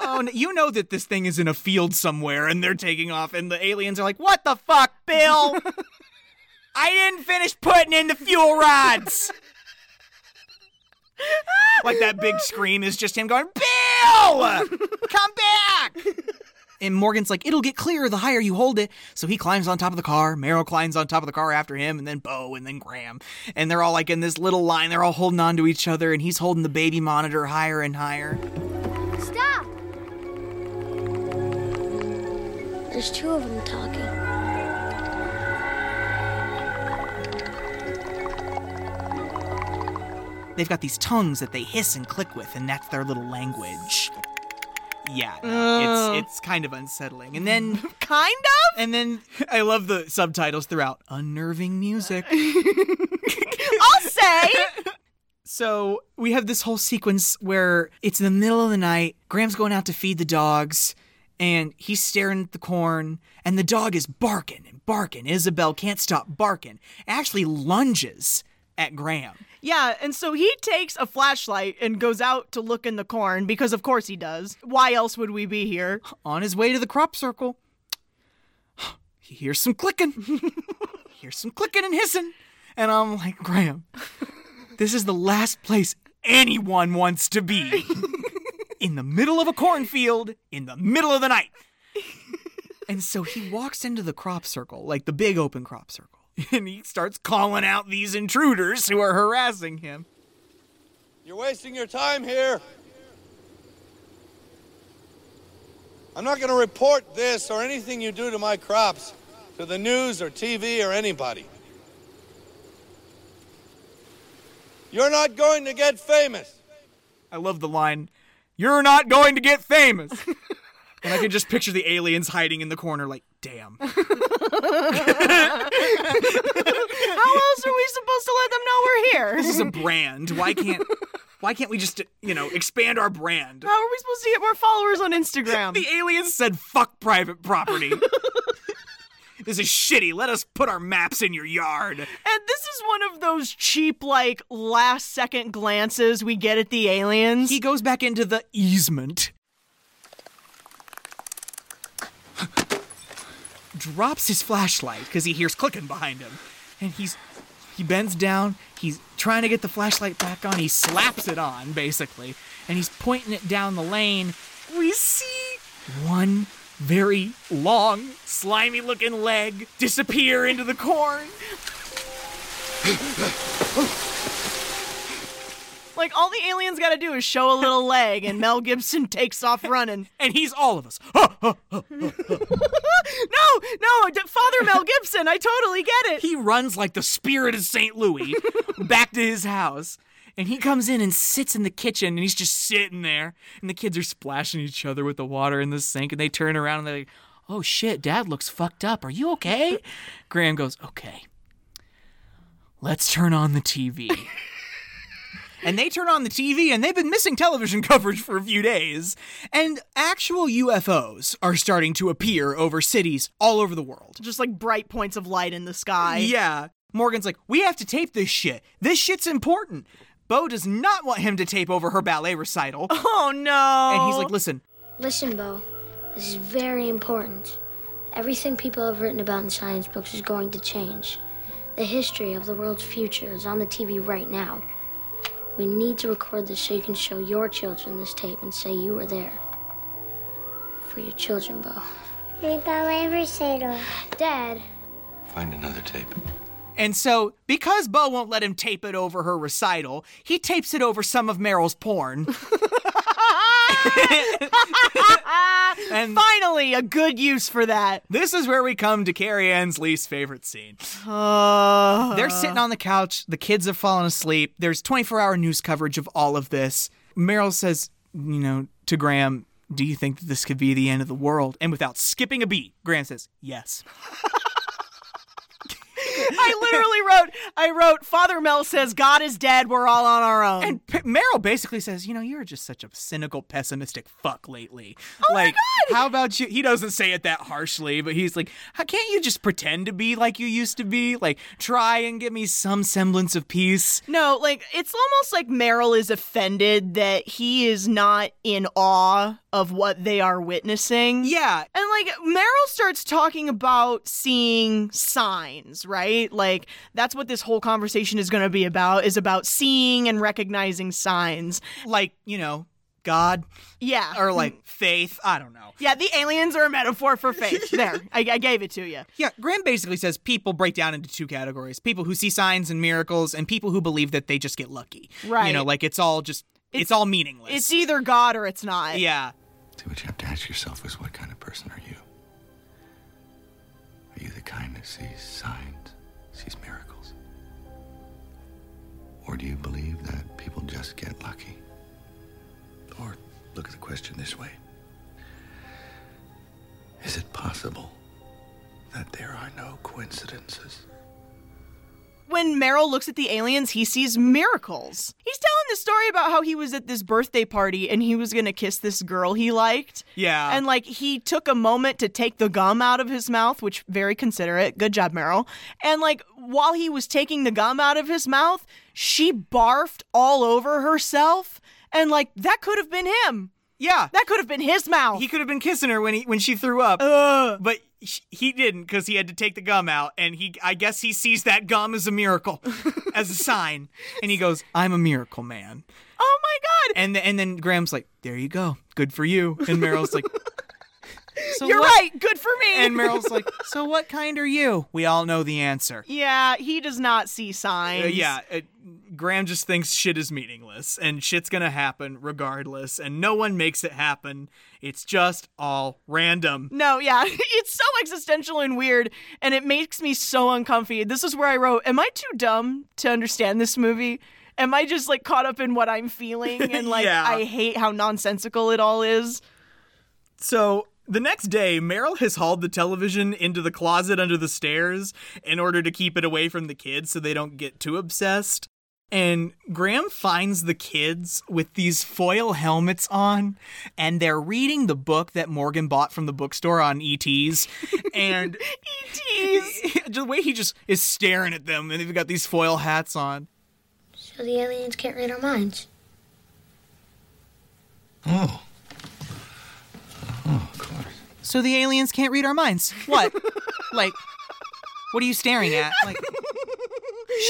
oh, and you know that this thing is in a field somewhere and they're taking off, and the aliens are like, what the fuck, Bill? I didn't finish putting in the fuel rods. like that big scream is just him going, Bill, come back. And Morgan's like, it'll get clearer the higher you hold it. So he climbs on top of the car. Merrill climbs on top of the car after him, and then Bo, and then Graham. And they're all like in this little line. They're all holding on to each other, and he's holding the baby monitor higher and higher.
Stop! There's two of them talking.
They've got these tongues that they hiss and click with, and that's their little language. Yeah, no,
Oh.
it's it's kind of unsettling. And then
kind of.
and then I love the subtitles throughout. Unnerving music.
I'll say.
So we have this whole sequence where it's in the middle of the night. Graham's going out to feed the dogs, and he's staring at the corn, and the dog is barking and barking. Isabel can't stop barking. Actually lunges at Graham.
yeah, and so he takes a flashlight and goes out to look in the corn because of course he does. Why else would we be here?
on his way to the crop circle. He hears some clicking. he hears some clicking and hissing. And I'm like, Graham, this is the last place anyone wants to be. In the middle of a cornfield, in the middle of the night. And so he walks into the crop circle, like the big open crop circle, and he starts calling out these intruders who are harassing him.
You're wasting your time here. I'm not going to report this or anything you do to my crops to the news or TV or anybody. You're not going to get famous.
I love the line, You're not going to get famous. and I can just picture the aliens hiding in the corner, like, damn.
How else are we supposed to let them know we're here?
This is a brand. Why can't why can't we just you know expand our brand?
How are we supposed to get more followers on Instagram?
the aliens said fuck private property. this is shitty. Let us put our maps in your yard.
And this is one of those cheap, like, last second glances we get at the aliens.
He goes back into the easement. Drops his flashlight because he hears clicking behind him. And he's he bends down, he's trying to get the flashlight back on, he slaps it on, basically, and he's pointing it down the lane. We see one very long, slimy looking leg disappear into the corn.
Like, all the aliens gotta do is show a little leg, and Mel Gibson takes off running.
And he's all of us.
no, no, d- Father Mel Gibson, I totally get it.
He runs like the spirit of St. Louis back to his house. And he comes in and sits in the kitchen and he's just sitting there. And the kids are splashing each other with the water in the sink. And they turn around and they're like, oh shit, dad looks fucked up. Are you okay? Graham goes, okay, let's turn on the TV. and they turn on the TV and they've been missing television coverage for a few days. And actual UFOs are starting to appear over cities all over the world.
Just like bright points of light in the sky.
Yeah. Morgan's like, we have to tape this shit. This shit's important. Bo does not want him to tape over her ballet recital.
Oh no.
And he's like, listen.
Listen, Bo, this is very important. Everything people have written about in science books is going to change. The history of the world's future is on the TV right now. We need to record this so you can show your children this tape and say you were there. For your children, Bo.
My ballet recital.
Dad.
Find another tape.
And so, because Bo won't let him tape it over her recital, he tapes it over some of Meryl's porn.
and finally, a good use for that.
This is where we come to Carrie Ann's least favorite scene.
Uh,
They're sitting on the couch. The kids have fallen asleep. There's 24 hour news coverage of all of this. Meryl says, you know, to Graham, do you think that this could be the end of the world? And without skipping a beat, Graham says, yes.
I literally wrote, I wrote, Father Mel says, God is dead, we're all on our own.
And P- Meryl basically says, you know, you're just such a cynical, pessimistic fuck lately.
Oh
like,
my God!
how about you? He doesn't say it that harshly, but he's like, how can't you just pretend to be like you used to be? Like, try and give me some semblance of peace.
No, like, it's almost like Meryl is offended that he is not in awe of what they are witnessing.
Yeah.
And, like, Meryl starts talking about seeing signs, right? Like, that's what this whole conversation is going to be about, is about seeing and recognizing signs.
Like, you know, God.
Yeah.
Or like faith. I don't know.
Yeah, the aliens are a metaphor for faith. there, I, I gave it to you.
Yeah, Graham basically says people break down into two categories people who see signs and miracles, and people who believe that they just get lucky.
Right.
You know, like it's all just, it's, all meaningless.
It's either God or it's not.
yeah.
See, what you have to ask yourself is what kind of person are you? Are you the kind that sees signs, sees miracles? Or do you believe that people just get lucky? Or look at the question this way Is it possible that there are no coincidences?
When Meryl looks at the aliens, he sees miracles. He's telling the story about how he was at this birthday party and he was going to kiss this girl he liked.
Yeah.
And like he took a moment to take the gum out of his mouth, which very considerate. Good job, Meryl. And like while he was taking the gum out of his mouth, she barfed all over herself and like that could have been him.
Yeah.
That could have been his mouth.
He could have been kissing her when he when she threw up. But sh- he didn't because he had to take the gum out, and he I guess he sees that gum as a miracle, as a sign, and he goes, "I'm a miracle man."
Oh my god!
And th- and then Graham's like, "There you go, good for you," and Meryl's like. "So
You're
what-"
right. Good for me.
And Meryl's like, so what kind are you? We all know the answer.
yeah, he does not see
Uh,
signs.
yeah, it, Graham just thinks shit is meaningless and shit's gonna happen regardless, and no one makes it happen. It's just all random.
No, yeah. It's so existential and weird, and it makes me so uncomfy. This is where I wrote, Am I too dumb to understand this movie? Am I just like caught up in what I'm feeling and like
Yeah.
I hate how nonsensical it all is?
So the next day, Meryl has hauled the television into the closet under the stairs in order to keep it away from the kids so they don't get too obsessed. And Graham finds the kids with these foil helmets on, and they're reading the book that Morgan bought from the bookstore on ETs. And ETs! the way he just is staring at them, and they've got these foil hats on.
So the aliens can't read our minds.
Oh. Oh, of course. So the aliens can't read our minds. What? like, what are you staring at? Like,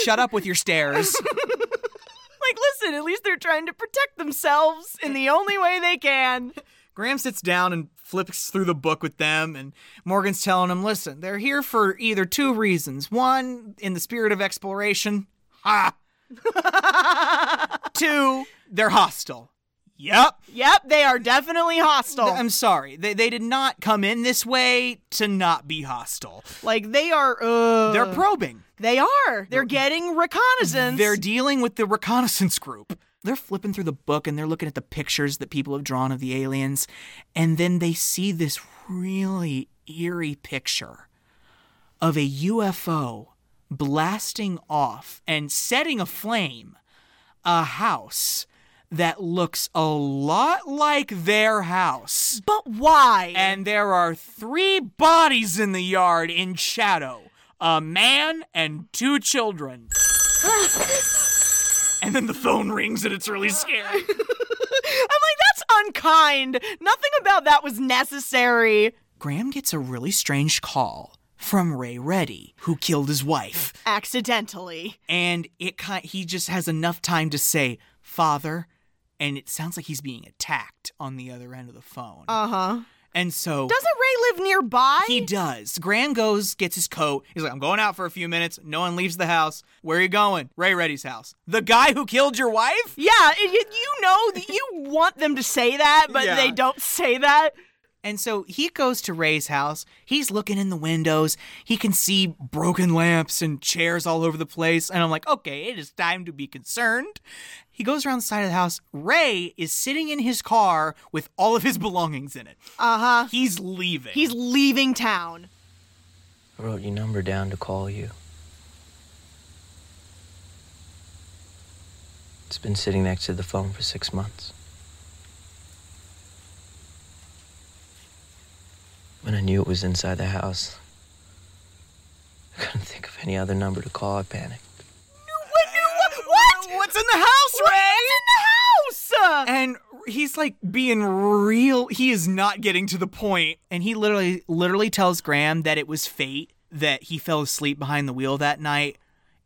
shut up with your stares.
Like, listen, at least they're trying to protect themselves in the only way they can.
Graham sits down and flips through the book with them, and Morgan's telling him, listen, they're here for either two reasons. One, in the spirit of exploration. Ha! two, they're hostile. Yep.
Yep, they are definitely hostile.
I'm sorry. They, they did not come in this way to not be hostile.
Like, they are. Uh,
They're probing.
They are. They're getting reconnaissance.
They're dealing with the reconnaissance group. They're flipping through the book and they're looking at the pictures that people have drawn of the aliens, and then they see this really eerie picture of a UFO blasting off and setting aflame a house that looks a lot like their house.
But why?
And there are three bodies in the yard in shadow a man and two children. And then the phone rings and it's really scary.
I'm like, that's unkind. Nothing about that was necessary.
Graham gets a really strange call from Ray Reddy, who killed his wife.
Accidentally.
And it kind he just has enough time to say, "Father," and it sounds like he's being attacked on the other end of the phone.
Uh huh.
And so
Doesn't Ray live nearby?
Uh-huh. He does. Graham goes, gets his coat. He's like, I'm going out for a few minutes. No one leaves the house. Where are you going? Ray Reddy's house. The guy who killed your wife?
Yeah, it, you- you know that you want them to say that, but
Yeah.
they don't say that.
And so he goes to Ray's house. He's looking in the windows. He can see broken lamps and chairs all over the place. And I'm like, okay, it is time to be concerned. He goes around the side of the house. Ray is sitting in his car with all of his belongings in it.
Uh huh.
He's leaving.
He's leaving town.
I wrote your number down to call you. It's been sitting next to the phone for six months. When I knew it was inside the house, I couldn't think of any other number to call. I panicked.
What?
What's in the house,
What's
Ray?
in the house?
And he's like being real. He is not getting to the point. And he literally, literally tells Graham that it was fate that he fell asleep behind the wheel that night,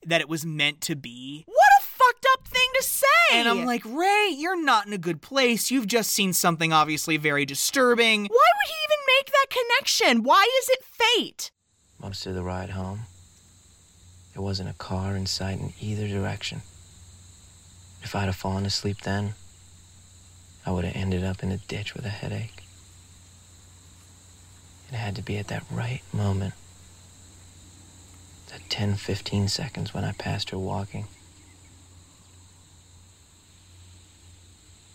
that it was meant to be.
What a fucked up thing to say.
And I'm like, Ray, you're not in a good place. You've just seen something obviously very disturbing.
why would he even make that connection? Why is it fate?
Most of the ride home, there wasn't a car in sight in either direction. If I'd have fallen asleep then, I would have ended up in a ditch with a headache. It had to be at that right moment. That 10, 15 seconds when I passed her walking.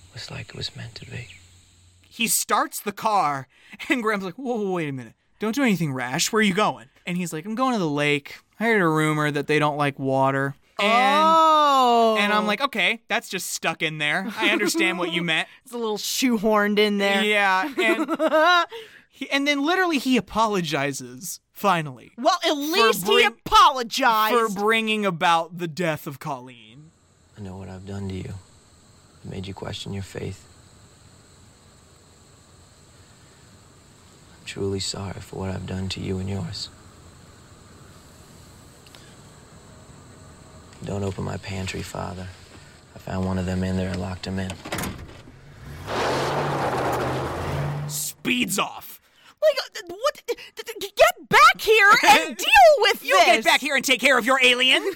It was like it was meant to be.
He starts the car, and Graham's like, whoa, whoa, wait a minute. Don't do anything rash. Where are you going? And he's like, I'm going to the lake. I heard a rumor that they don't like water. And,
oh.
and I'm like, okay, that's just stuck in there. I understand what you meant.
It's a little shoehorned in there.
Yeah. And, he, and then literally he apologizes, finally,
Well, at least he
bring-
apologized.
for bringing about the death of Colleen.
I know what I've done to you. It made you question your faith. truly sorry for what I've done to you and yours. Don't open my pantry, Father. I found one of them in there and locked him in.
Speeds off.
Like, uh, what? d- d- d- Get back here and deal with
You
this.
get back here and take care of your alien.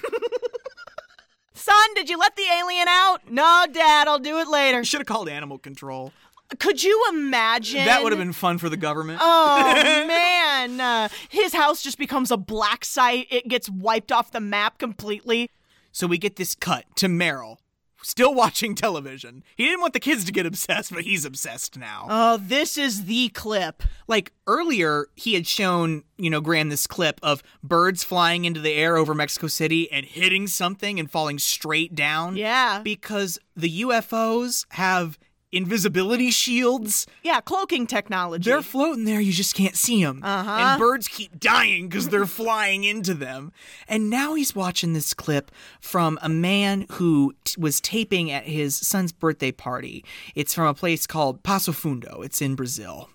Son, did you let the alien out? No, Dad, I'll do it later.
Should have called animal control.
Could you imagine?
That would have been fun for the government.
Oh man, uh, his house just becomes a black site. It gets wiped off the map completely.
So we get this cut to Meryl, still watching television. He didn't want the kids to get obsessed, but he's obsessed now.
Oh, this is the clip.
Like earlier, he had shown, you know, Graham this clip of birds flying into the air over Mexico City and hitting something and falling straight down.
Yeah.
Because the UFOs have invisibility shields.
Yeah, cloaking technology.
They're floating there, you just can't see them.
Uh-huh.
And birds keep dying because they're flying into them. And now he's watching this clip from a man who t- was taping at his son's birthday party. It's from a place called Passo Fundo, it's in Brazil.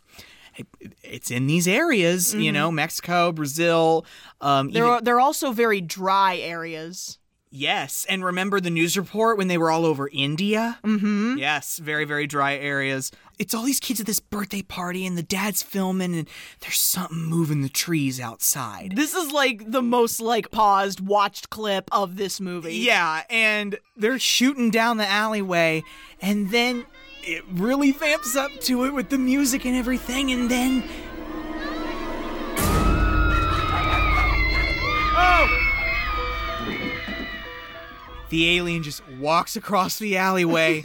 It- It's in these areas, you
Mhm.
know, Mexico, Brazil. Um,
They're
even-
they're also very dry areas.
Yes, and remember the news report when they were all over India?
Mm-hmm.
Yes, very, very dry areas. It's all these kids at this birthday party, and the dad's filming, and there's something moving the trees outside.
This is like the most like paused watched clip of this movie.
Yeah, and they're shooting down the alleyway, and then it really vamps up to it with the music and everything, and then
Oh,
the alien just walks across the alleyway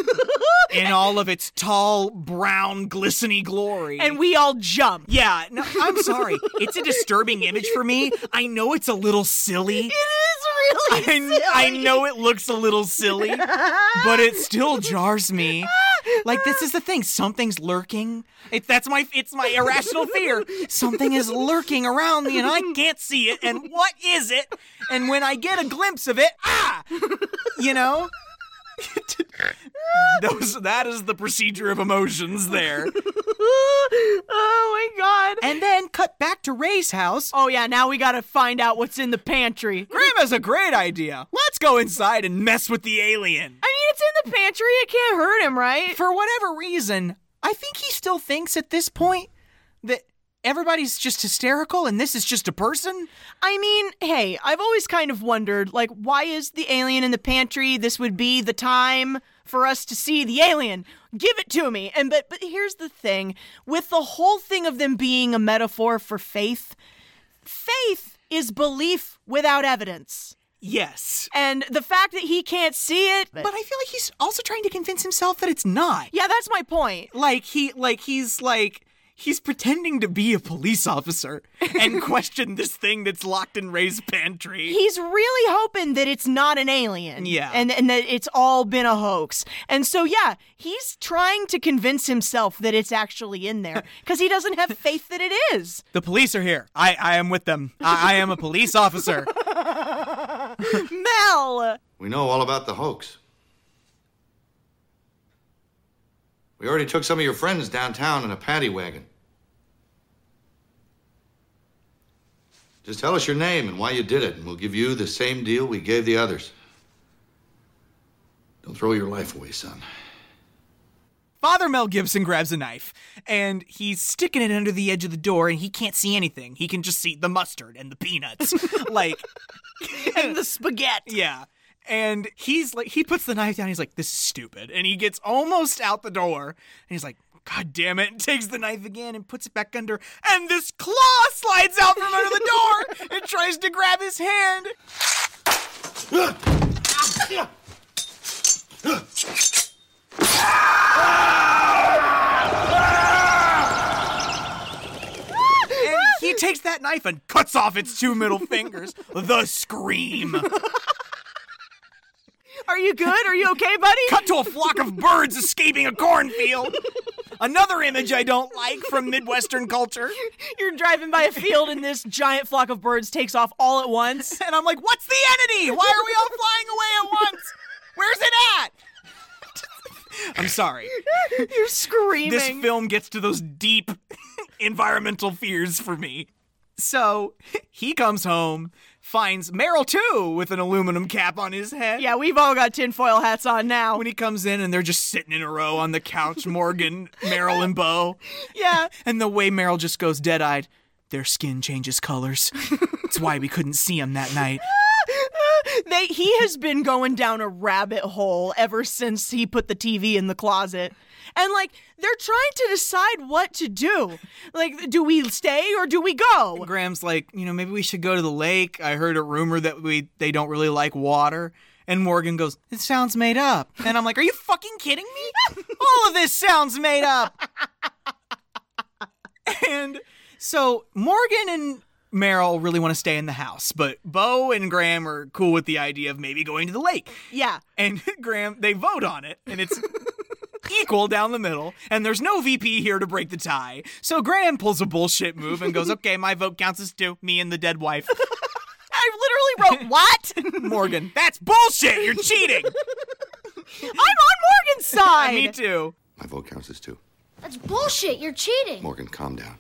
in all of its tall, brown, glistening glory.
and we all jump.
Yeah, no, I'm sorry. It's a disturbing image for me. I know it's a little silly. It
is
really I, I know it looks a little silly, but it still jars me. Like this is the thing. Something's lurking. It, that's my it's my irrational fear. Something is lurking around me and I can't see it. And what is it? And when I get a glimpse of it, ah, you know. Those that is the procedure of emotions there.
oh my god.
And then cut back to Ray's house.
Oh yeah, now we gotta find out what's in the pantry.
Graham has a great idea. Let's go inside and mess with the alien.
I mean, it's in the pantry. It can't hurt him, right?
For whatever reason, I think he still thinks at this point that everybody's just hysterical and this is just a person.
I mean, hey, I've always kind of wondered, like, why is the alien in the pantry? This would be the time for us to see the alien. Give it to me. And but but here's the thing with the whole thing of them being a metaphor for faith, faith is belief without evidence.
Yes.
And the fact that he can't see it,
But I feel like he's also trying to convince himself that it's not.
yeah, that's my point.
Like he like he's like he's pretending to be a police officer and question this thing that's locked in Ray's pantry.
He's really hoping that it's not an alien.
Yeah.
And and that it's all been a hoax. And so yeah, he's trying to convince himself that it's actually in there cuz he doesn't have faith that it is.
the police are here. I, I am with them. I, I am a police officer.
Mel.
We know all about the hoax. We already took some of your friends downtown in a paddy wagon. Just tell us your name and why you did it, and we'll give you the same deal we gave the others. Don't throw your life away, son.
Father Mel Gibson grabs a knife and he's sticking it under the edge of the door and he can't see anything. He can just see the mustard and the peanuts. like
and the spaghetti.
Yeah. And he's like he puts the knife down, he's like, This is stupid. And he gets almost out the door and he's like, God damn it, and takes the knife again and puts it back under and this claw slides out from under the door and tries to grab his hand. and he takes that knife and cuts off its two middle fingers. The scream.
Are you good? Are you okay, buddy?
Cut to a flock of birds escaping a cornfield. Another image I don't like from Midwestern culture.
You're driving by a field and this giant flock of birds takes off all at once.
And I'm like, what's the entity? Why are we all flying away at once? Where's it at? I'm sorry.
You're screaming.
This film gets to those deep environmental fears for me. So he comes home, finds Merrill too with an aluminum cap on his head.
Yeah, we've all got tinfoil hats on now.
When he comes in and they're just sitting in a row on the couch, Morgan, Merrill, and Bo.
Yeah.
And the way Merrill just goes dead eyed, their skin changes colors. it's why we couldn't see him that night.
they, he has been going down a rabbit hole ever since he put the TV in the closet. And like they're trying to decide what to do. Like do we stay or do we go?
Graham's like, you know, maybe we should go to the lake. I heard a rumor that we they don't really like water. And Morgan goes, "It sounds made up." And I'm like, "Are you fucking kidding me? All of this sounds made up." and so Morgan and Meryl really want to stay in the house, but Bo and Graham are cool with the idea of maybe going to the lake.
Yeah.
And Graham, they vote on it, and it's equal down the middle, and there's no VP here to break the tie. So Graham pulls a bullshit move and goes, okay, my vote counts as two, me and the dead wife.
I literally wrote, what?
Morgan, that's bullshit! You're cheating!
I'm on Morgan's side!
me too.
My vote counts as two.
That's bullshit. You're cheating.
Morgan, calm down.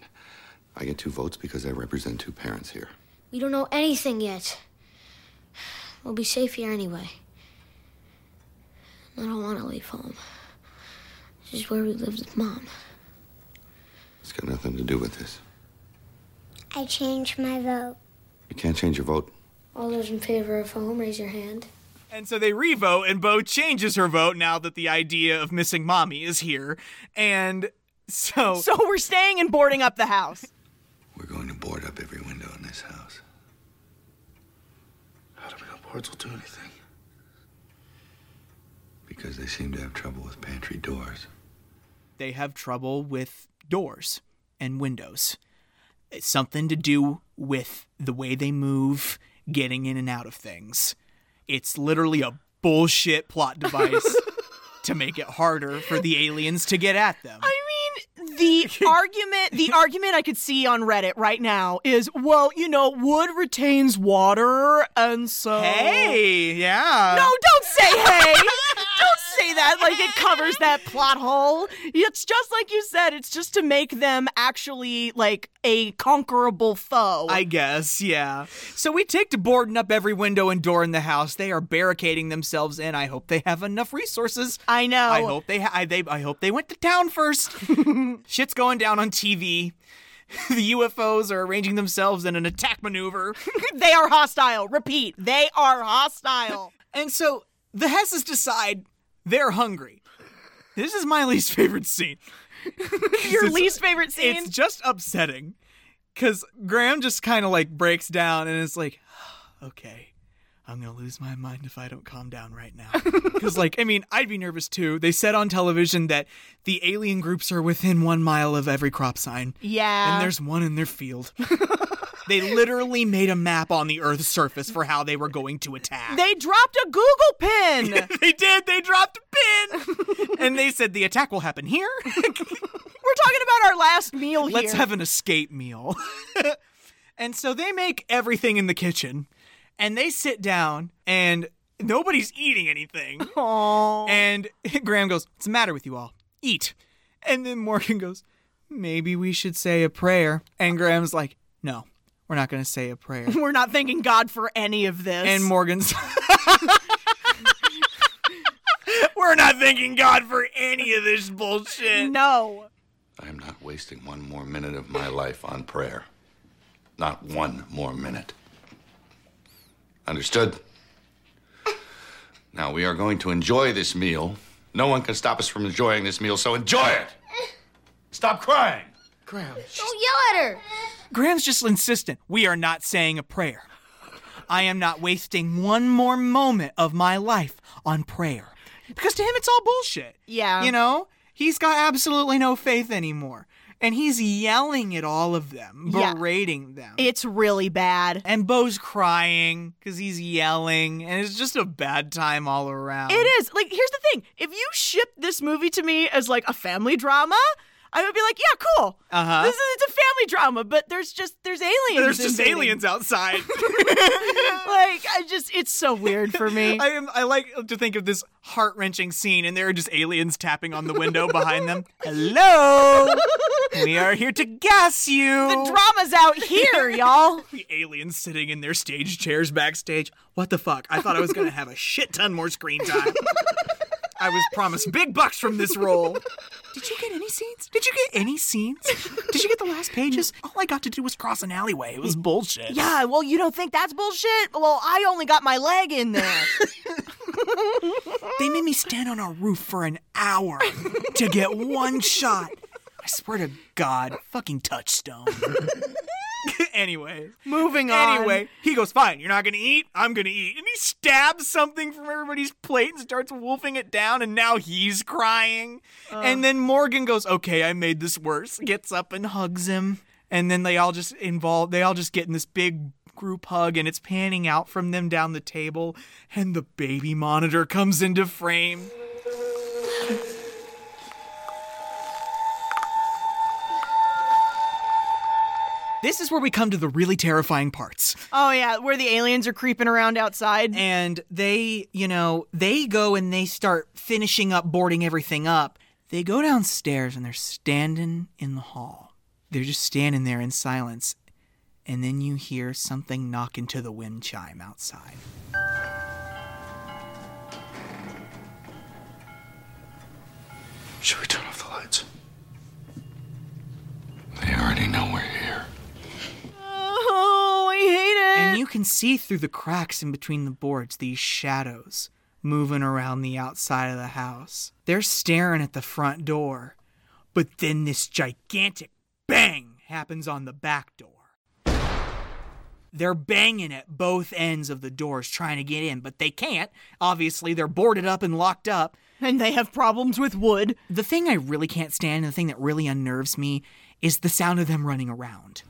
I get two votes because I represent two parents here.
We don't know anything yet. We'll be safe here anyway. I don't want to leave home. This is where we lived with Mom.
It's got nothing to do with this.
I changed my vote.
You can't change your vote.
All those in favor of home, raise your hand.
And so they revote, and Bo changes her vote now that the idea of missing mommy is here. And so.
So we're staying and boarding up the house.
We're going to board up every window in this house.
How do we know boards will do anything?
Because they seem to have trouble with pantry doors.
They have trouble with doors and windows. It's something to do with the way they move, getting in and out of things. It's literally a bullshit plot device to make it harder for the aliens to get at them.
I mean, the argument the argument I could see on Reddit right now is, well, you know, wood retains water and so
Hey, yeah.
No, don't say hey. don't say that like it covers that plot hole. It's just like you said, it's just to make them actually like a conquerable foe.
I guess, yeah. So we take to boarding up every window and door in the house. They are barricading themselves in. I hope they have enough resources.
I know.
I hope they ha- I, they I hope they went to town first. Shit's going down on TV. the UFOs are arranging themselves in an attack maneuver.
they are hostile. Repeat, they are hostile.
and so the Hesses decide they're hungry. This is my least favorite scene.
Your least favorite scene?
It's just upsetting because Graham just kind of like breaks down and is like, okay, I'm going to lose my mind if I don't calm down right now. Because, like, I mean, I'd be nervous too. They said on television that the alien groups are within one mile of every crop sign.
Yeah.
And there's one in their field. they literally made a map on the Earth's surface for how they were going to attack.
They dropped a Google pin.
they did. They dropped a pin. and they said the attack will happen here.
We're talking about our last meal here.
Let's have an escape meal. and so they make everything in the kitchen and they sit down and nobody's eating anything.
Aww.
And Graham goes, What's the matter with you all? Eat. And then Morgan goes, Maybe we should say a prayer. And Graham's like, No, we're not going to say a prayer.
We're not thanking God for any of this.
And Morgan's. We're not thanking God for any of this bullshit.
No.
I'm not wasting one more minute of my life on prayer. Not one more minute. Understood? Now we are going to enjoy this meal. No one can stop us from enjoying this meal, so enjoy it! Stop crying!
Graham.
Don't yell at her.
Graham's just insistent. We are not saying a prayer. I am not wasting one more moment of my life on prayer. Because to him, it's all bullshit.
Yeah.
You know? He's got absolutely no faith anymore. And he's yelling at all of them,
Yeah.
berating them.
It's really bad.
And Bo's crying because he's yelling, and it's just a bad time all around.
It is. Like, here's the thing. If you ship this movie to me as like a family drama, I would be like, yeah, cool.
Uh-huh.
This is it's a family drama, but there's just there's aliens.
There's just
invading.
aliens outside.
like I just it's so weird for me.
I am. I like to think of this heart wrenching scene, and there are just aliens tapping on the window behind them. Hello, we are here to gas you.
The drama's out here, y'all.
the aliens sitting in their stage chairs backstage. What the fuck? I thought I was gonna have a shit ton more screen time. I was promised big bucks from this role. Did you get any scenes? Did you get any scenes? Did you get the last pages? All I got to do was cross an alleyway. It was bullshit.
Yeah, well, you don't think that's bullshit? Well, I only got my leg in there.
They made me stand on a roof for an hour to get one shot. I swear to God, fucking touchstone. anyway,
moving
on. Anyway, he goes, Fine, you're not gonna eat? I'm gonna eat. And he stabs something from everybody's plate and starts wolfing it down, and now he's crying.
Ugh.
And then Morgan goes, Okay, I made this worse. Gets up and hugs him. And then they all just involve, they all just get in this big group hug, and it's panning out from them down the table. And the baby monitor comes into frame. This is where we come to the really terrifying parts.
oh yeah, where the aliens are creeping around outside.
And they, you know, they go and they start finishing up boarding everything up. They go downstairs and they're standing in the hall. They're just standing there in silence. And then you hear something knock into the wind chime outside.
Should we turn off the lights? They already know we're here.
Oh, I hate it.
And you can see through the cracks in between the boards these shadows moving around the outside of the house. They're staring at the front door, but then this gigantic bang happens on the back door. They're banging at both ends of the doors trying to get in, but they can't. Obviously, they're boarded up and locked up.
And they have problems with wood.
The thing I really can't stand and the thing that really unnerves me is the sound of them running around.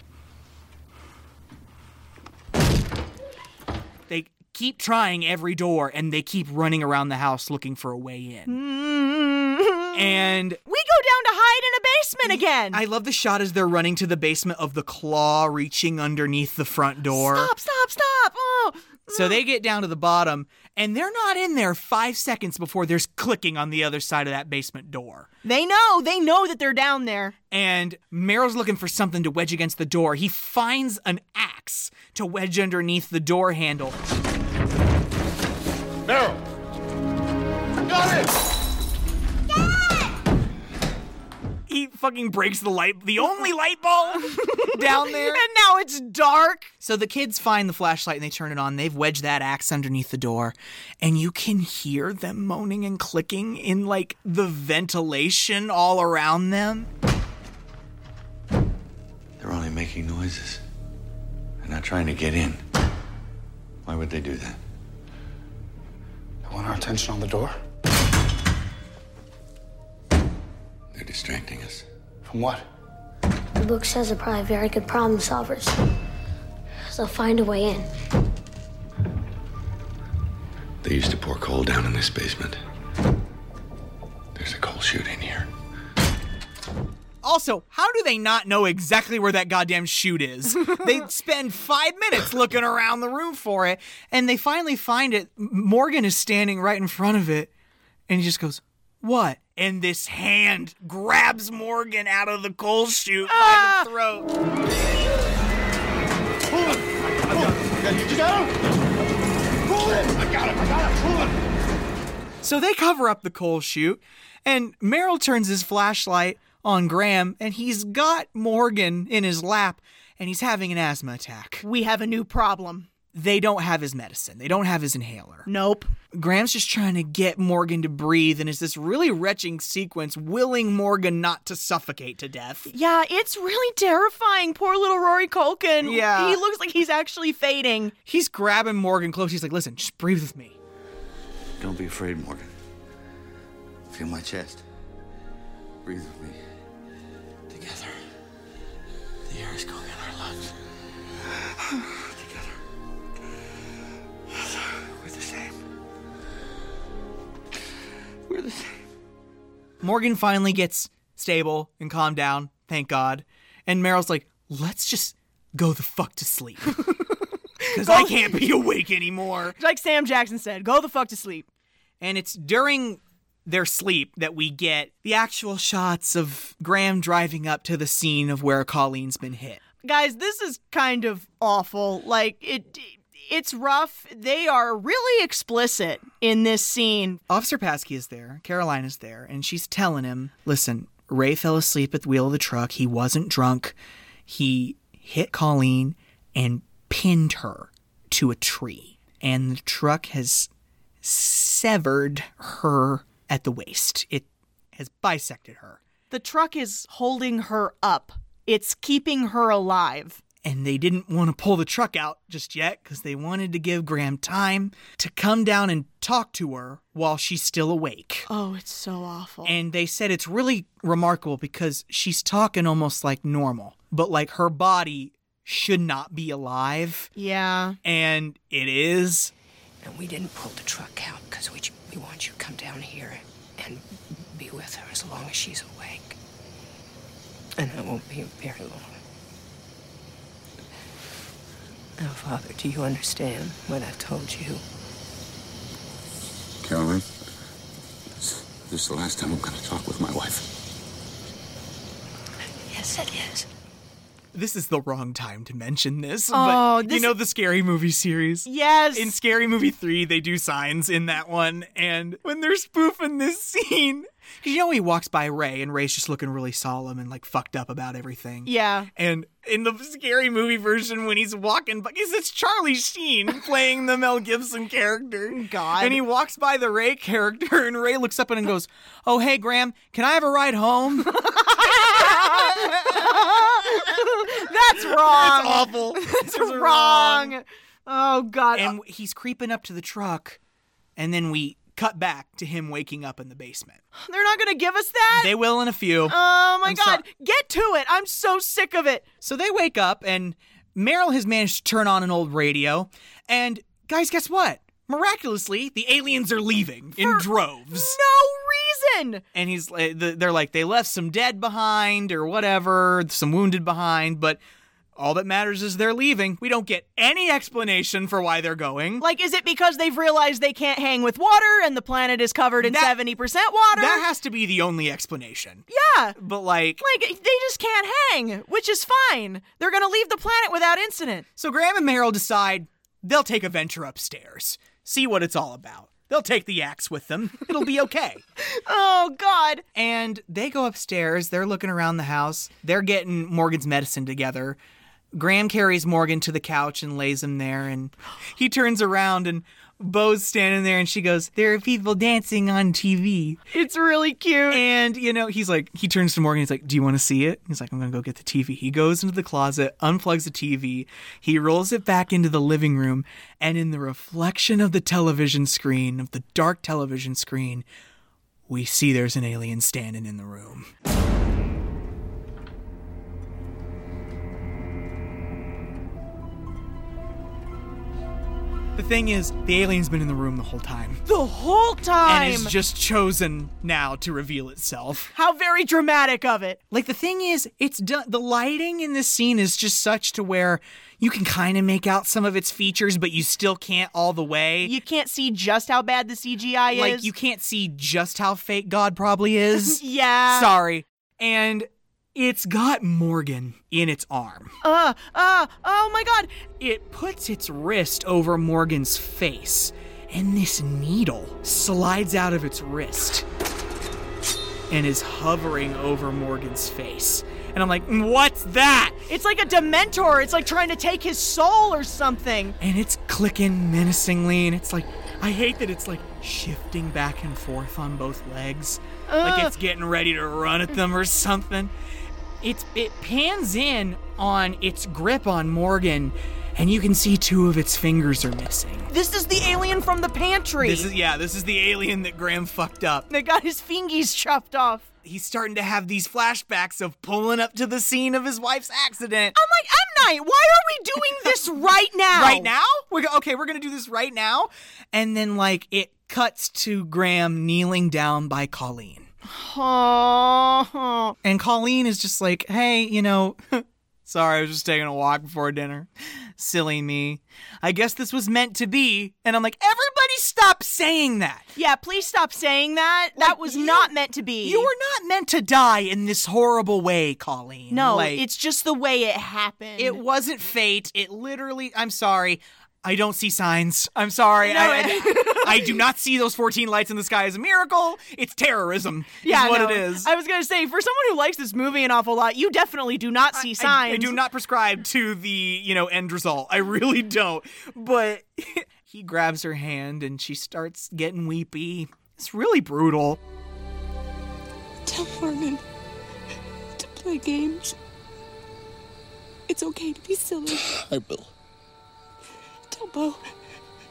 They keep trying every door and they keep running around the house looking for a way in. And
we go down to hide in a basement again.
Mm-hmm. I love the shot as they're running to the basement of the claw reaching underneath the front door.
Stop, stop, stop. Oh.
So they get down to the bottom and they're not in there five seconds before there's clicking on the other side of that basement door.
They know, they know that they're down there.
And Meryl's looking for something to wedge against the door. He finds an axe to wedge underneath the door handle.
Meryl! Got it!
He fucking breaks the light, the only light bulb down there.
And now it's dark.
So the kids find the flashlight and they turn it on. They've wedged that axe underneath the door, and you can hear them moaning and clicking in like the ventilation all around them.
They're only making noises. They're not trying to get in. Why would they do that?
They want our attention on the door?
They're distracting us.
From what?
The book says they're probably very good problem solvers. They'll find a way in.
They used to pour coal down in this basement. There's a coal chute in here.
Also, how do they not know exactly where that goddamn chute is? they spend five minutes looking around the room for it, and they finally find it. M- Morgan is standing right in front of it, and he just goes, What? And this hand grabs Morgan out of the coal chute by the throat.
You got him? Pull it! I got him! I got him! Pull it!
So they cover up the coal chute, and Merrill turns his flashlight on Graham, and he's got Morgan in his lap, and he's having an asthma attack.
We have a new problem.
They don't have his medicine, they don't have his inhaler.
Nope.
Graham's just trying to get Morgan to breathe, and it's this really retching sequence, willing Morgan not to suffocate to death.
Yeah, it's really terrifying. Poor little Rory Culkin.
Yeah.
He looks like he's actually fading.
He's grabbing Morgan close. He's like, listen, just breathe with me.
Don't be afraid, Morgan. Feel my chest. Breathe with me. Together. The air is going in our lungs.
We're the same. We're the same.
Morgan finally gets stable and calmed down, thank God. And Meryl's like, let's just go the fuck to sleep. Because I can't be awake anymore.
Like Sam Jackson said, go the fuck to sleep.
And it's during their sleep that we get the actual shots of Graham driving up to the scene of where Colleen's been hit.
Guys, this is kind of awful. Like it it's rough. They are really explicit in this scene.
Officer Paskey is there, Caroline is there, and she's telling him, "Listen, Ray fell asleep at the wheel of the truck. He wasn't drunk. He hit Colleen and pinned her to a tree. And the truck has severed her at the waist. It has bisected her.
The truck is holding her up. It's keeping her alive.
And they didn't want to pull the truck out just yet because they wanted to give Graham time to come down and talk to her while she's still awake.
Oh, it's so awful.
And they said it's really remarkable because she's talking almost like normal, but like her body should not be alive.
Yeah.
And it is.
And we didn't pull the truck out because we, we want you to come down here and be with her as long as she's awake. And it won't be very long. Now, Father, do you understand what I've told you?
Caroline, this, this is the last time I'm going to talk with my wife.
Yes, it is.
This is the wrong time to mention this,
Oh,
but you
this-
know the scary movie series?
Yes.
In Scary Movie 3, they do signs in that one, and when they're spoofing this scene, 'cause you know he walks by Ray, and Ray's just looking really solemn and like fucked up about everything.
Yeah.
And in the scary movie version, when he's walking, by, 'cause it's Charlie Sheen playing the Mel Gibson character.
God.
And he walks by the Ray character, and Ray looks up at him and goes, Oh, hey, Graham, can I have a ride
Um,
home?
That's wrong.
That's awful.
That's
Those are
wrong. Oh God.
And he's creeping up to the truck, and then we cut back to him waking up in the basement.
They're not gonna give us that.
They will in a few.
Oh my
I'm
God.
sorry.
Get to it. I'm so sick of it.
So they wake up, and Meryl has managed to turn on an old radio. And guys, guess what? Miraculously, the aliens are leaving in droves.
No reason.
And he's like- th- they're like they left some dead behind or whatever, some wounded behind, but all that matters is they're leaving. We don't get any explanation for why they're going.
Like, is it because they've realized they can't hang with water and the planet is covered in
That-
seventy percent water?
That has to be the only explanation.
yeah.
But like
Like they just can't hang, which is fine. They're gonna leave the planet without incident.
So Graham and Meryl decide they'll take a venture upstairs, see what it's all about. They'll take the axe with them. It'll be okay.
Oh God.
and they go upstairs. They're looking around the house. They're getting Morgan's medicine together. Graham carries Morgan to the couch and lays him there. And he turns around and Bo's standing there and she goes, There are people dancing on TV.
It's really cute.
And, you know, he's like, he turns to Morgan. He's like, Do you want to see it? He's like, I'm going to go get the TV. He goes into the closet, unplugs the TV. He rolls it back into the living room. And in the reflection of the television screen, of the dark television screen, we see there's an alien standing in the room. The thing is, the alien's been in the room the whole time.
The whole time.
And it's just chosen now to reveal itself.
How very dramatic of it.
Like the thing is, it's done. The lighting in this scene is just such to where you can kind of make out some of its features, but you still can't all the way.
You can't see just how bad the CGI
like
is.
you can't see just how fake God probably is.
Yeah.
Sorry. And it's got Morgan in its arm.
Uh, uh, oh my god.
It puts its wrist over Morgan's face, and this needle slides out of its wrist and is hovering over Morgan's face. And I'm like, what's that?
It's like a Dementor. It's like trying to take his soul or something.
And it's clicking menacingly, and it's like, I hate that it's like shifting back and forth on both legs. like
Ugh.
it's getting ready to run at them or something. It's it pans in on its grip on Morgan, and you can see two of its fingers are missing.
This is the alien from the pantry.
This is yeah, this is the alien that Graham fucked up.
that got his fingies chopped off.
He's starting to have these flashbacks of pulling up to the scene of his wife's accident.
I'm like, M Night, why are we doing this right now?
Right now? We're go- okay, we're going to do this right now. And then like it cuts to Graham kneeling down by Colleen.
Aww.
And Colleen is just like, hey, you know, sorry, I was just taking a walk before dinner. Silly me. I guess this was meant to be. And I'm like, everybody stop saying that.
Yeah, please stop saying that. that was not meant to be.
You were not meant to die in this horrible way, Colleen.
No,
Like,
it's just the way it happened.
It wasn't fate. It literally, I'm sorry. I don't see signs. I'm sorry.
No,
I, I, I do not see those 14 lights in the sky as a miracle. It's terrorism.
yeah,
is what
no.
it is.
I was gonna say, for someone who likes this movie an awful lot, you definitely do not see
I-
signs.
I, do not prescribe to the you know end result. I really don't. But he grabs her hand and she starts getting weepy. It's really brutal.
Tell Harmon to play games. It's okay to be silly.
I will.
Tell Bo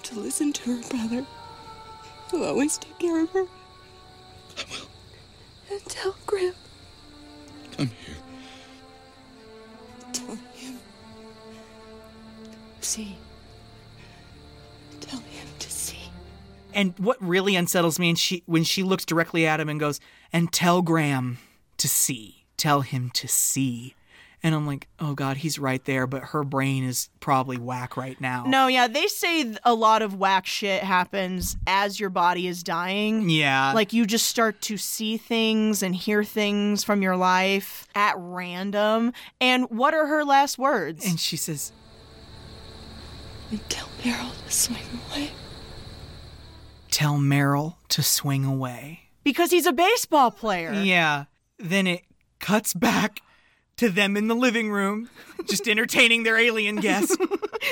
to listen to her brother. He'll always take care of her. And tell Graham.
Come here.
Tell him. See. Tell him to see.
And what really unsettles me and she when she looks directly at him and goes, "And tell Graham to see. Tell him to see." And I'm like, "Oh god, he's right there, but her brain is probably whack right now."
No, yeah, they say th- a lot of whack shit happens as your body is dying.
Yeah.
Like you just start to see things and hear things from your life at random. And what are her last words? And
she says,
And tell Meryl to swing away.
Tell Meryl to swing away.
Because he's a baseball player.
Yeah. Then it cuts back to them in the living room, just entertaining their alien guest.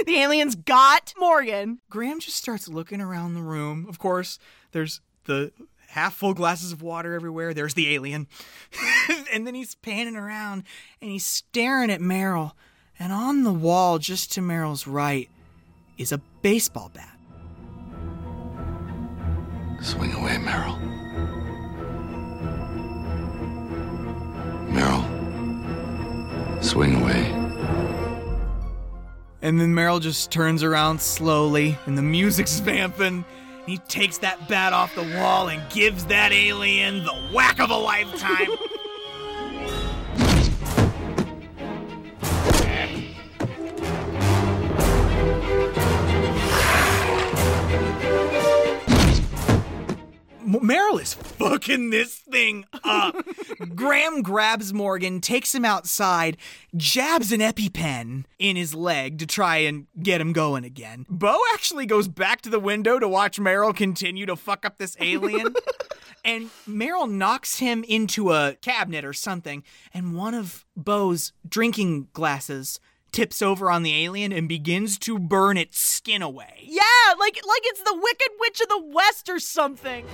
the aliens got Morgan.
Graham just starts looking around the room. Of course, there's the half full glasses of water everywhere. There's the alien. and then he's panning around and he's staring at Meryl. And on the wall, just to Meryl's right, is a baseball bat.
Swing away, Meryl. Meryl. Swing away.
And then Meryl just turns around slowly, and the music's vamping. He takes that bat off the wall and gives that alien the whack of a lifetime. M- Meryl is fucking this thing up. Graham grabs Morgan, takes him outside, jabs an EpiPen in his leg to try and get him going again. Bo actually goes back to the window to watch Meryl continue to fuck up this alien. and Meryl knocks him into a cabinet or something, and one of Bo's drinking glasses tips over on the alien and begins to burn its skin away.
Yeah, like like it's the Wicked Witch of the West or something.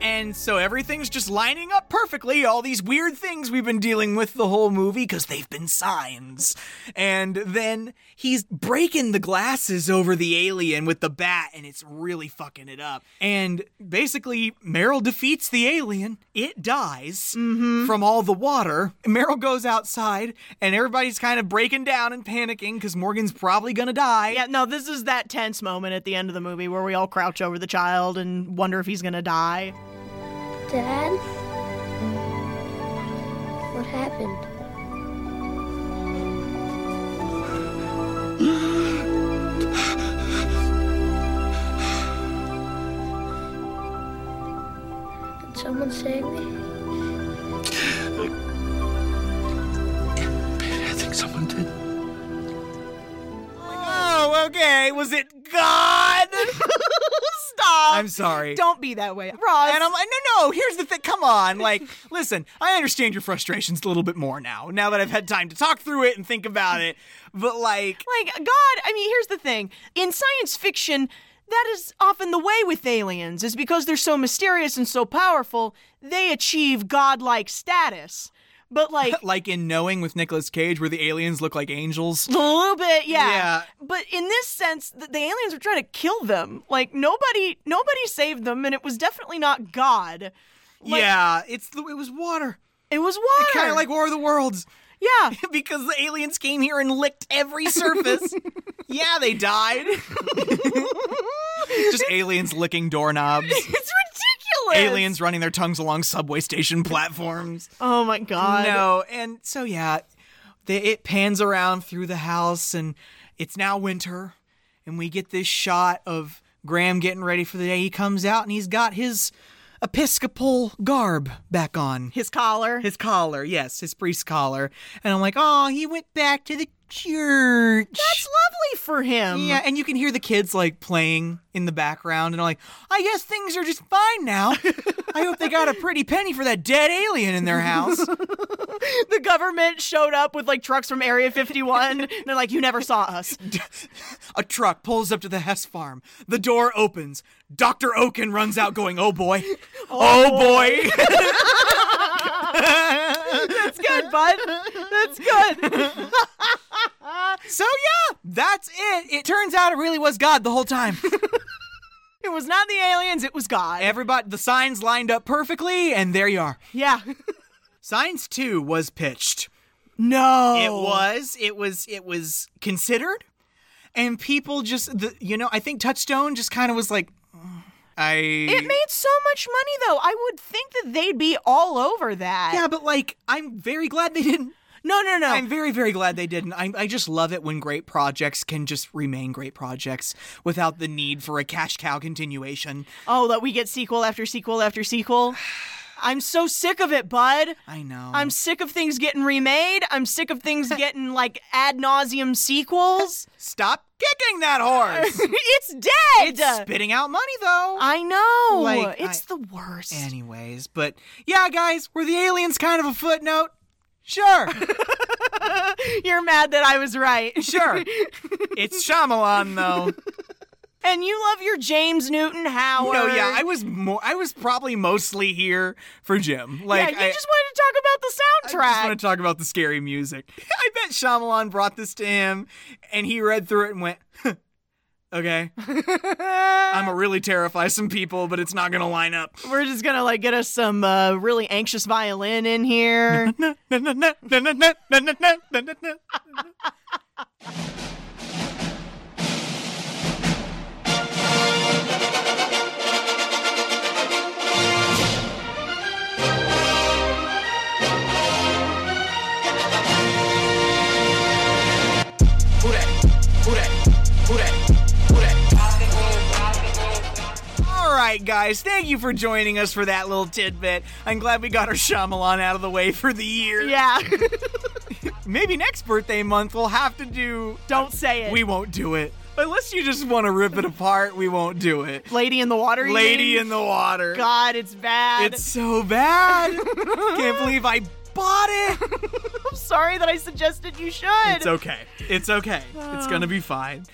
And so everything's just lining up perfectly. All these weird things we've been dealing with the whole movie because they've been signs. And then he's breaking the glasses over the alien with the bat, and it's really fucking it up. And basically, Meryl defeats the alien. It dies from all the water. Meryl goes outside, and everybody's kind of breaking down and panicking because Morgan's probably gonna die.
Yeah, no, this is that tense moment at the end of the movie where we all crouch over the child and wonder if he's gonna die.
Dad? What happened? Did someone save me?
I think someone did.
Oh, okay. Was it God?
Stop.
I'm sorry.
Don't be that way.
Ross. And I'm like, no, no, here's the thing. Come on. Like, listen, I understand your frustrations a little bit more now, now that I've had time to talk through it and think about it. But, like,
Like, God, I mean, here's the thing. In science fiction, that is often the way with aliens, is because they're so mysterious and so powerful, they achieve godlike status. But, like,
like in Knowing with Nicolas Cage, where the aliens look like angels.
a little bit, yeah.
Yeah.
But in this sense, th- the aliens were trying to kill them. Like, nobody, nobody saved them, and it was definitely not God. Like-
yeah, it's the, it was water.
It was water.
Kind of like War of the Worlds.
Yeah.
because the aliens came here and licked every surface. yeah, they died. Just aliens licking doorknobs.
It's ridiculous.
aliens running their tongues along subway station platforms.
Oh my god.
No, and so yeah, they, it pans around through the house, and it's now winter, and we get this shot of Graham getting ready for the day. He comes out, and he's got his Episcopal garb back on.
His collar.
His collar, yes, his priest collar. And I'm like, oh, he went back to the church.
That's lovely for him.
Yeah, and you can hear the kids like playing in the background, and I'm like, I guess things are just fine now. I hope they got a pretty penny for that dead alien in their house.
the government showed up with like trucks from Area 51. and they're like, you never saw us.
a truck pulls up to the Hess farm. The door opens. Dr. Oaken runs out, going, oh boy. Oh, oh boy.
boy. That's good, bud. That's good.
so yeah, that's it. It turns out it really was God the whole time.
it was not the aliens, it was God.
Everybody the signs lined up perfectly and there you are.
Yeah.
Signs 2 was pitched.
No.
It was it was it was considered and people just the, you know, I think Touchstone just kind of was like "Mm, I
It made so much money though. I would think that they'd be all over that.
Yeah, but like I'm very glad they didn't
no, no, no.
I'm very, very glad they didn't. I, I, just love it when great projects can just remain great projects without the need for a cash cow continuation.
Oh, that we get sequel after sequel after sequel. I'm so sick of it, bud.
I know.
I'm sick of things getting remade. I'm sick of things getting like ad nauseum sequels.
Stop kicking that horse.
it's dead.
It's spitting out money, though.
I know. Like, it's I... the worst.
Anyways, but yeah, guys, were the aliens kind of a footnote? Sure.
You're mad that I was right.
Sure. It's Shyamalan though.
And you love your James Newton Howard.
No, yeah, I was more. I was probably mostly here for Jim.
Like, yeah, you I, just wanted to talk about the soundtrack.
I just want to talk about the scary music. I bet Shyamalan brought this to him, and he read through it and went, huh, "Okay, I'm gonna really terrify some people, but it's not gonna line up.
We're just gonna like get us some uh, really anxious violin in here."
All right, guys, thank you for joining us for that little tidbit. I'm glad we got our Shyamalan out of the way for the year.
Yeah.
Maybe next birthday month we'll have to do.
Don't say it.
We won't do it. Unless you just want to rip it apart, we won't do it.
Lady in the water.
Lady in the water.
God, it's bad.
It's so bad. Can't believe I bought it.
I'm sorry that I suggested you should.
It's okay. It's okay. It's gonna be fine.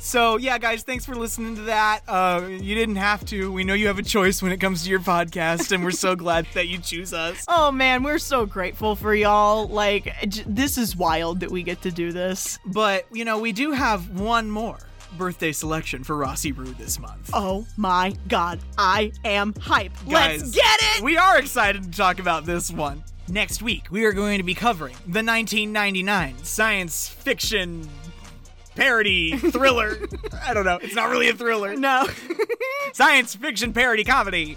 So yeah, guys, thanks for listening to that. Uh, you didn't have to. We know you have a choice when it comes to your podcast, and we're so glad that you choose us.
Oh man, we're so grateful for y'all. Like j- this is wild that we get to do this.
But you know, we do have one more birthday selection for Rossi Rue this month.
Oh my god, I am hyped. Guys, Let's get it.
We are excited to talk about this one. Next week, we are going to be covering the 1999 science fiction parody thriller. I don't know. It's not really a thriller.
No.
Science fiction parody comedy.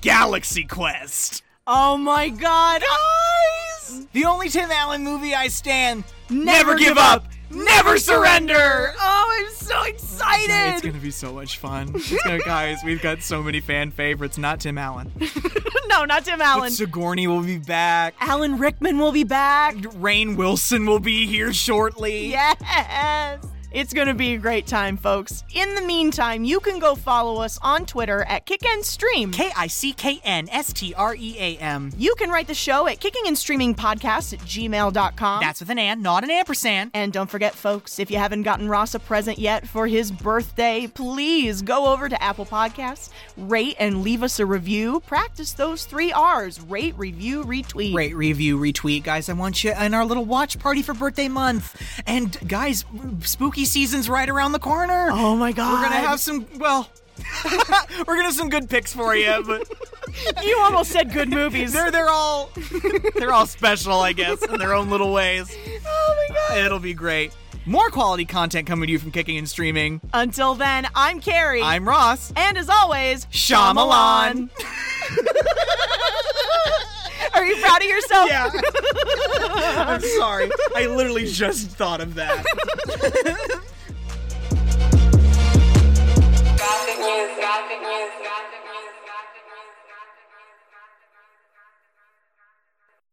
Galaxy Quest.
Oh my god.
Guys! The only Tim Allen movie I stand. Never, never give, give up. up. Never surrender.
Oh, I'm so excited.
Oh, it's going to be so much fun. Gonna, guys, we've got so many fan favorites. Not Tim Allen.
no, not Tim Allen.
But Sigourney will be back.
Alan Rickman will be back.
Rain Wilson will be here shortly.
Yes. It's going to be a great time, folks. In the meantime, you can go follow us on Twitter at Kick and Stream.
K I C K N S T R E A M.
You can write the show at Kicking and Streaming Podcast at gmail.com.
That's with an and, not an ampersand.
And don't forget, folks, if you haven't gotten Ross a present yet for his birthday, please go over to Apple Podcasts, rate and leave us a review. Practice those three R's rate, review, retweet.
Rate, review, retweet. Guys, I want you in our little watch party for birthday month. And guys, spooky season's right around the corner.
Oh my god.
We're gonna have some well we're gonna have some good picks for you, but
you almost said good movies.
They're they're all they're all special, I guess, in their own little ways.
Oh my god.
It'll be great. More quality content coming to you from kicking and streaming.
Until then, I'm Carrie.
I'm Ross.
And as always,
Shyamalan.
Are you proud of yourself?
Yeah. I'm sorry. I literally just thought of that.
Gossip news, gossip news, gossip news, gossip news.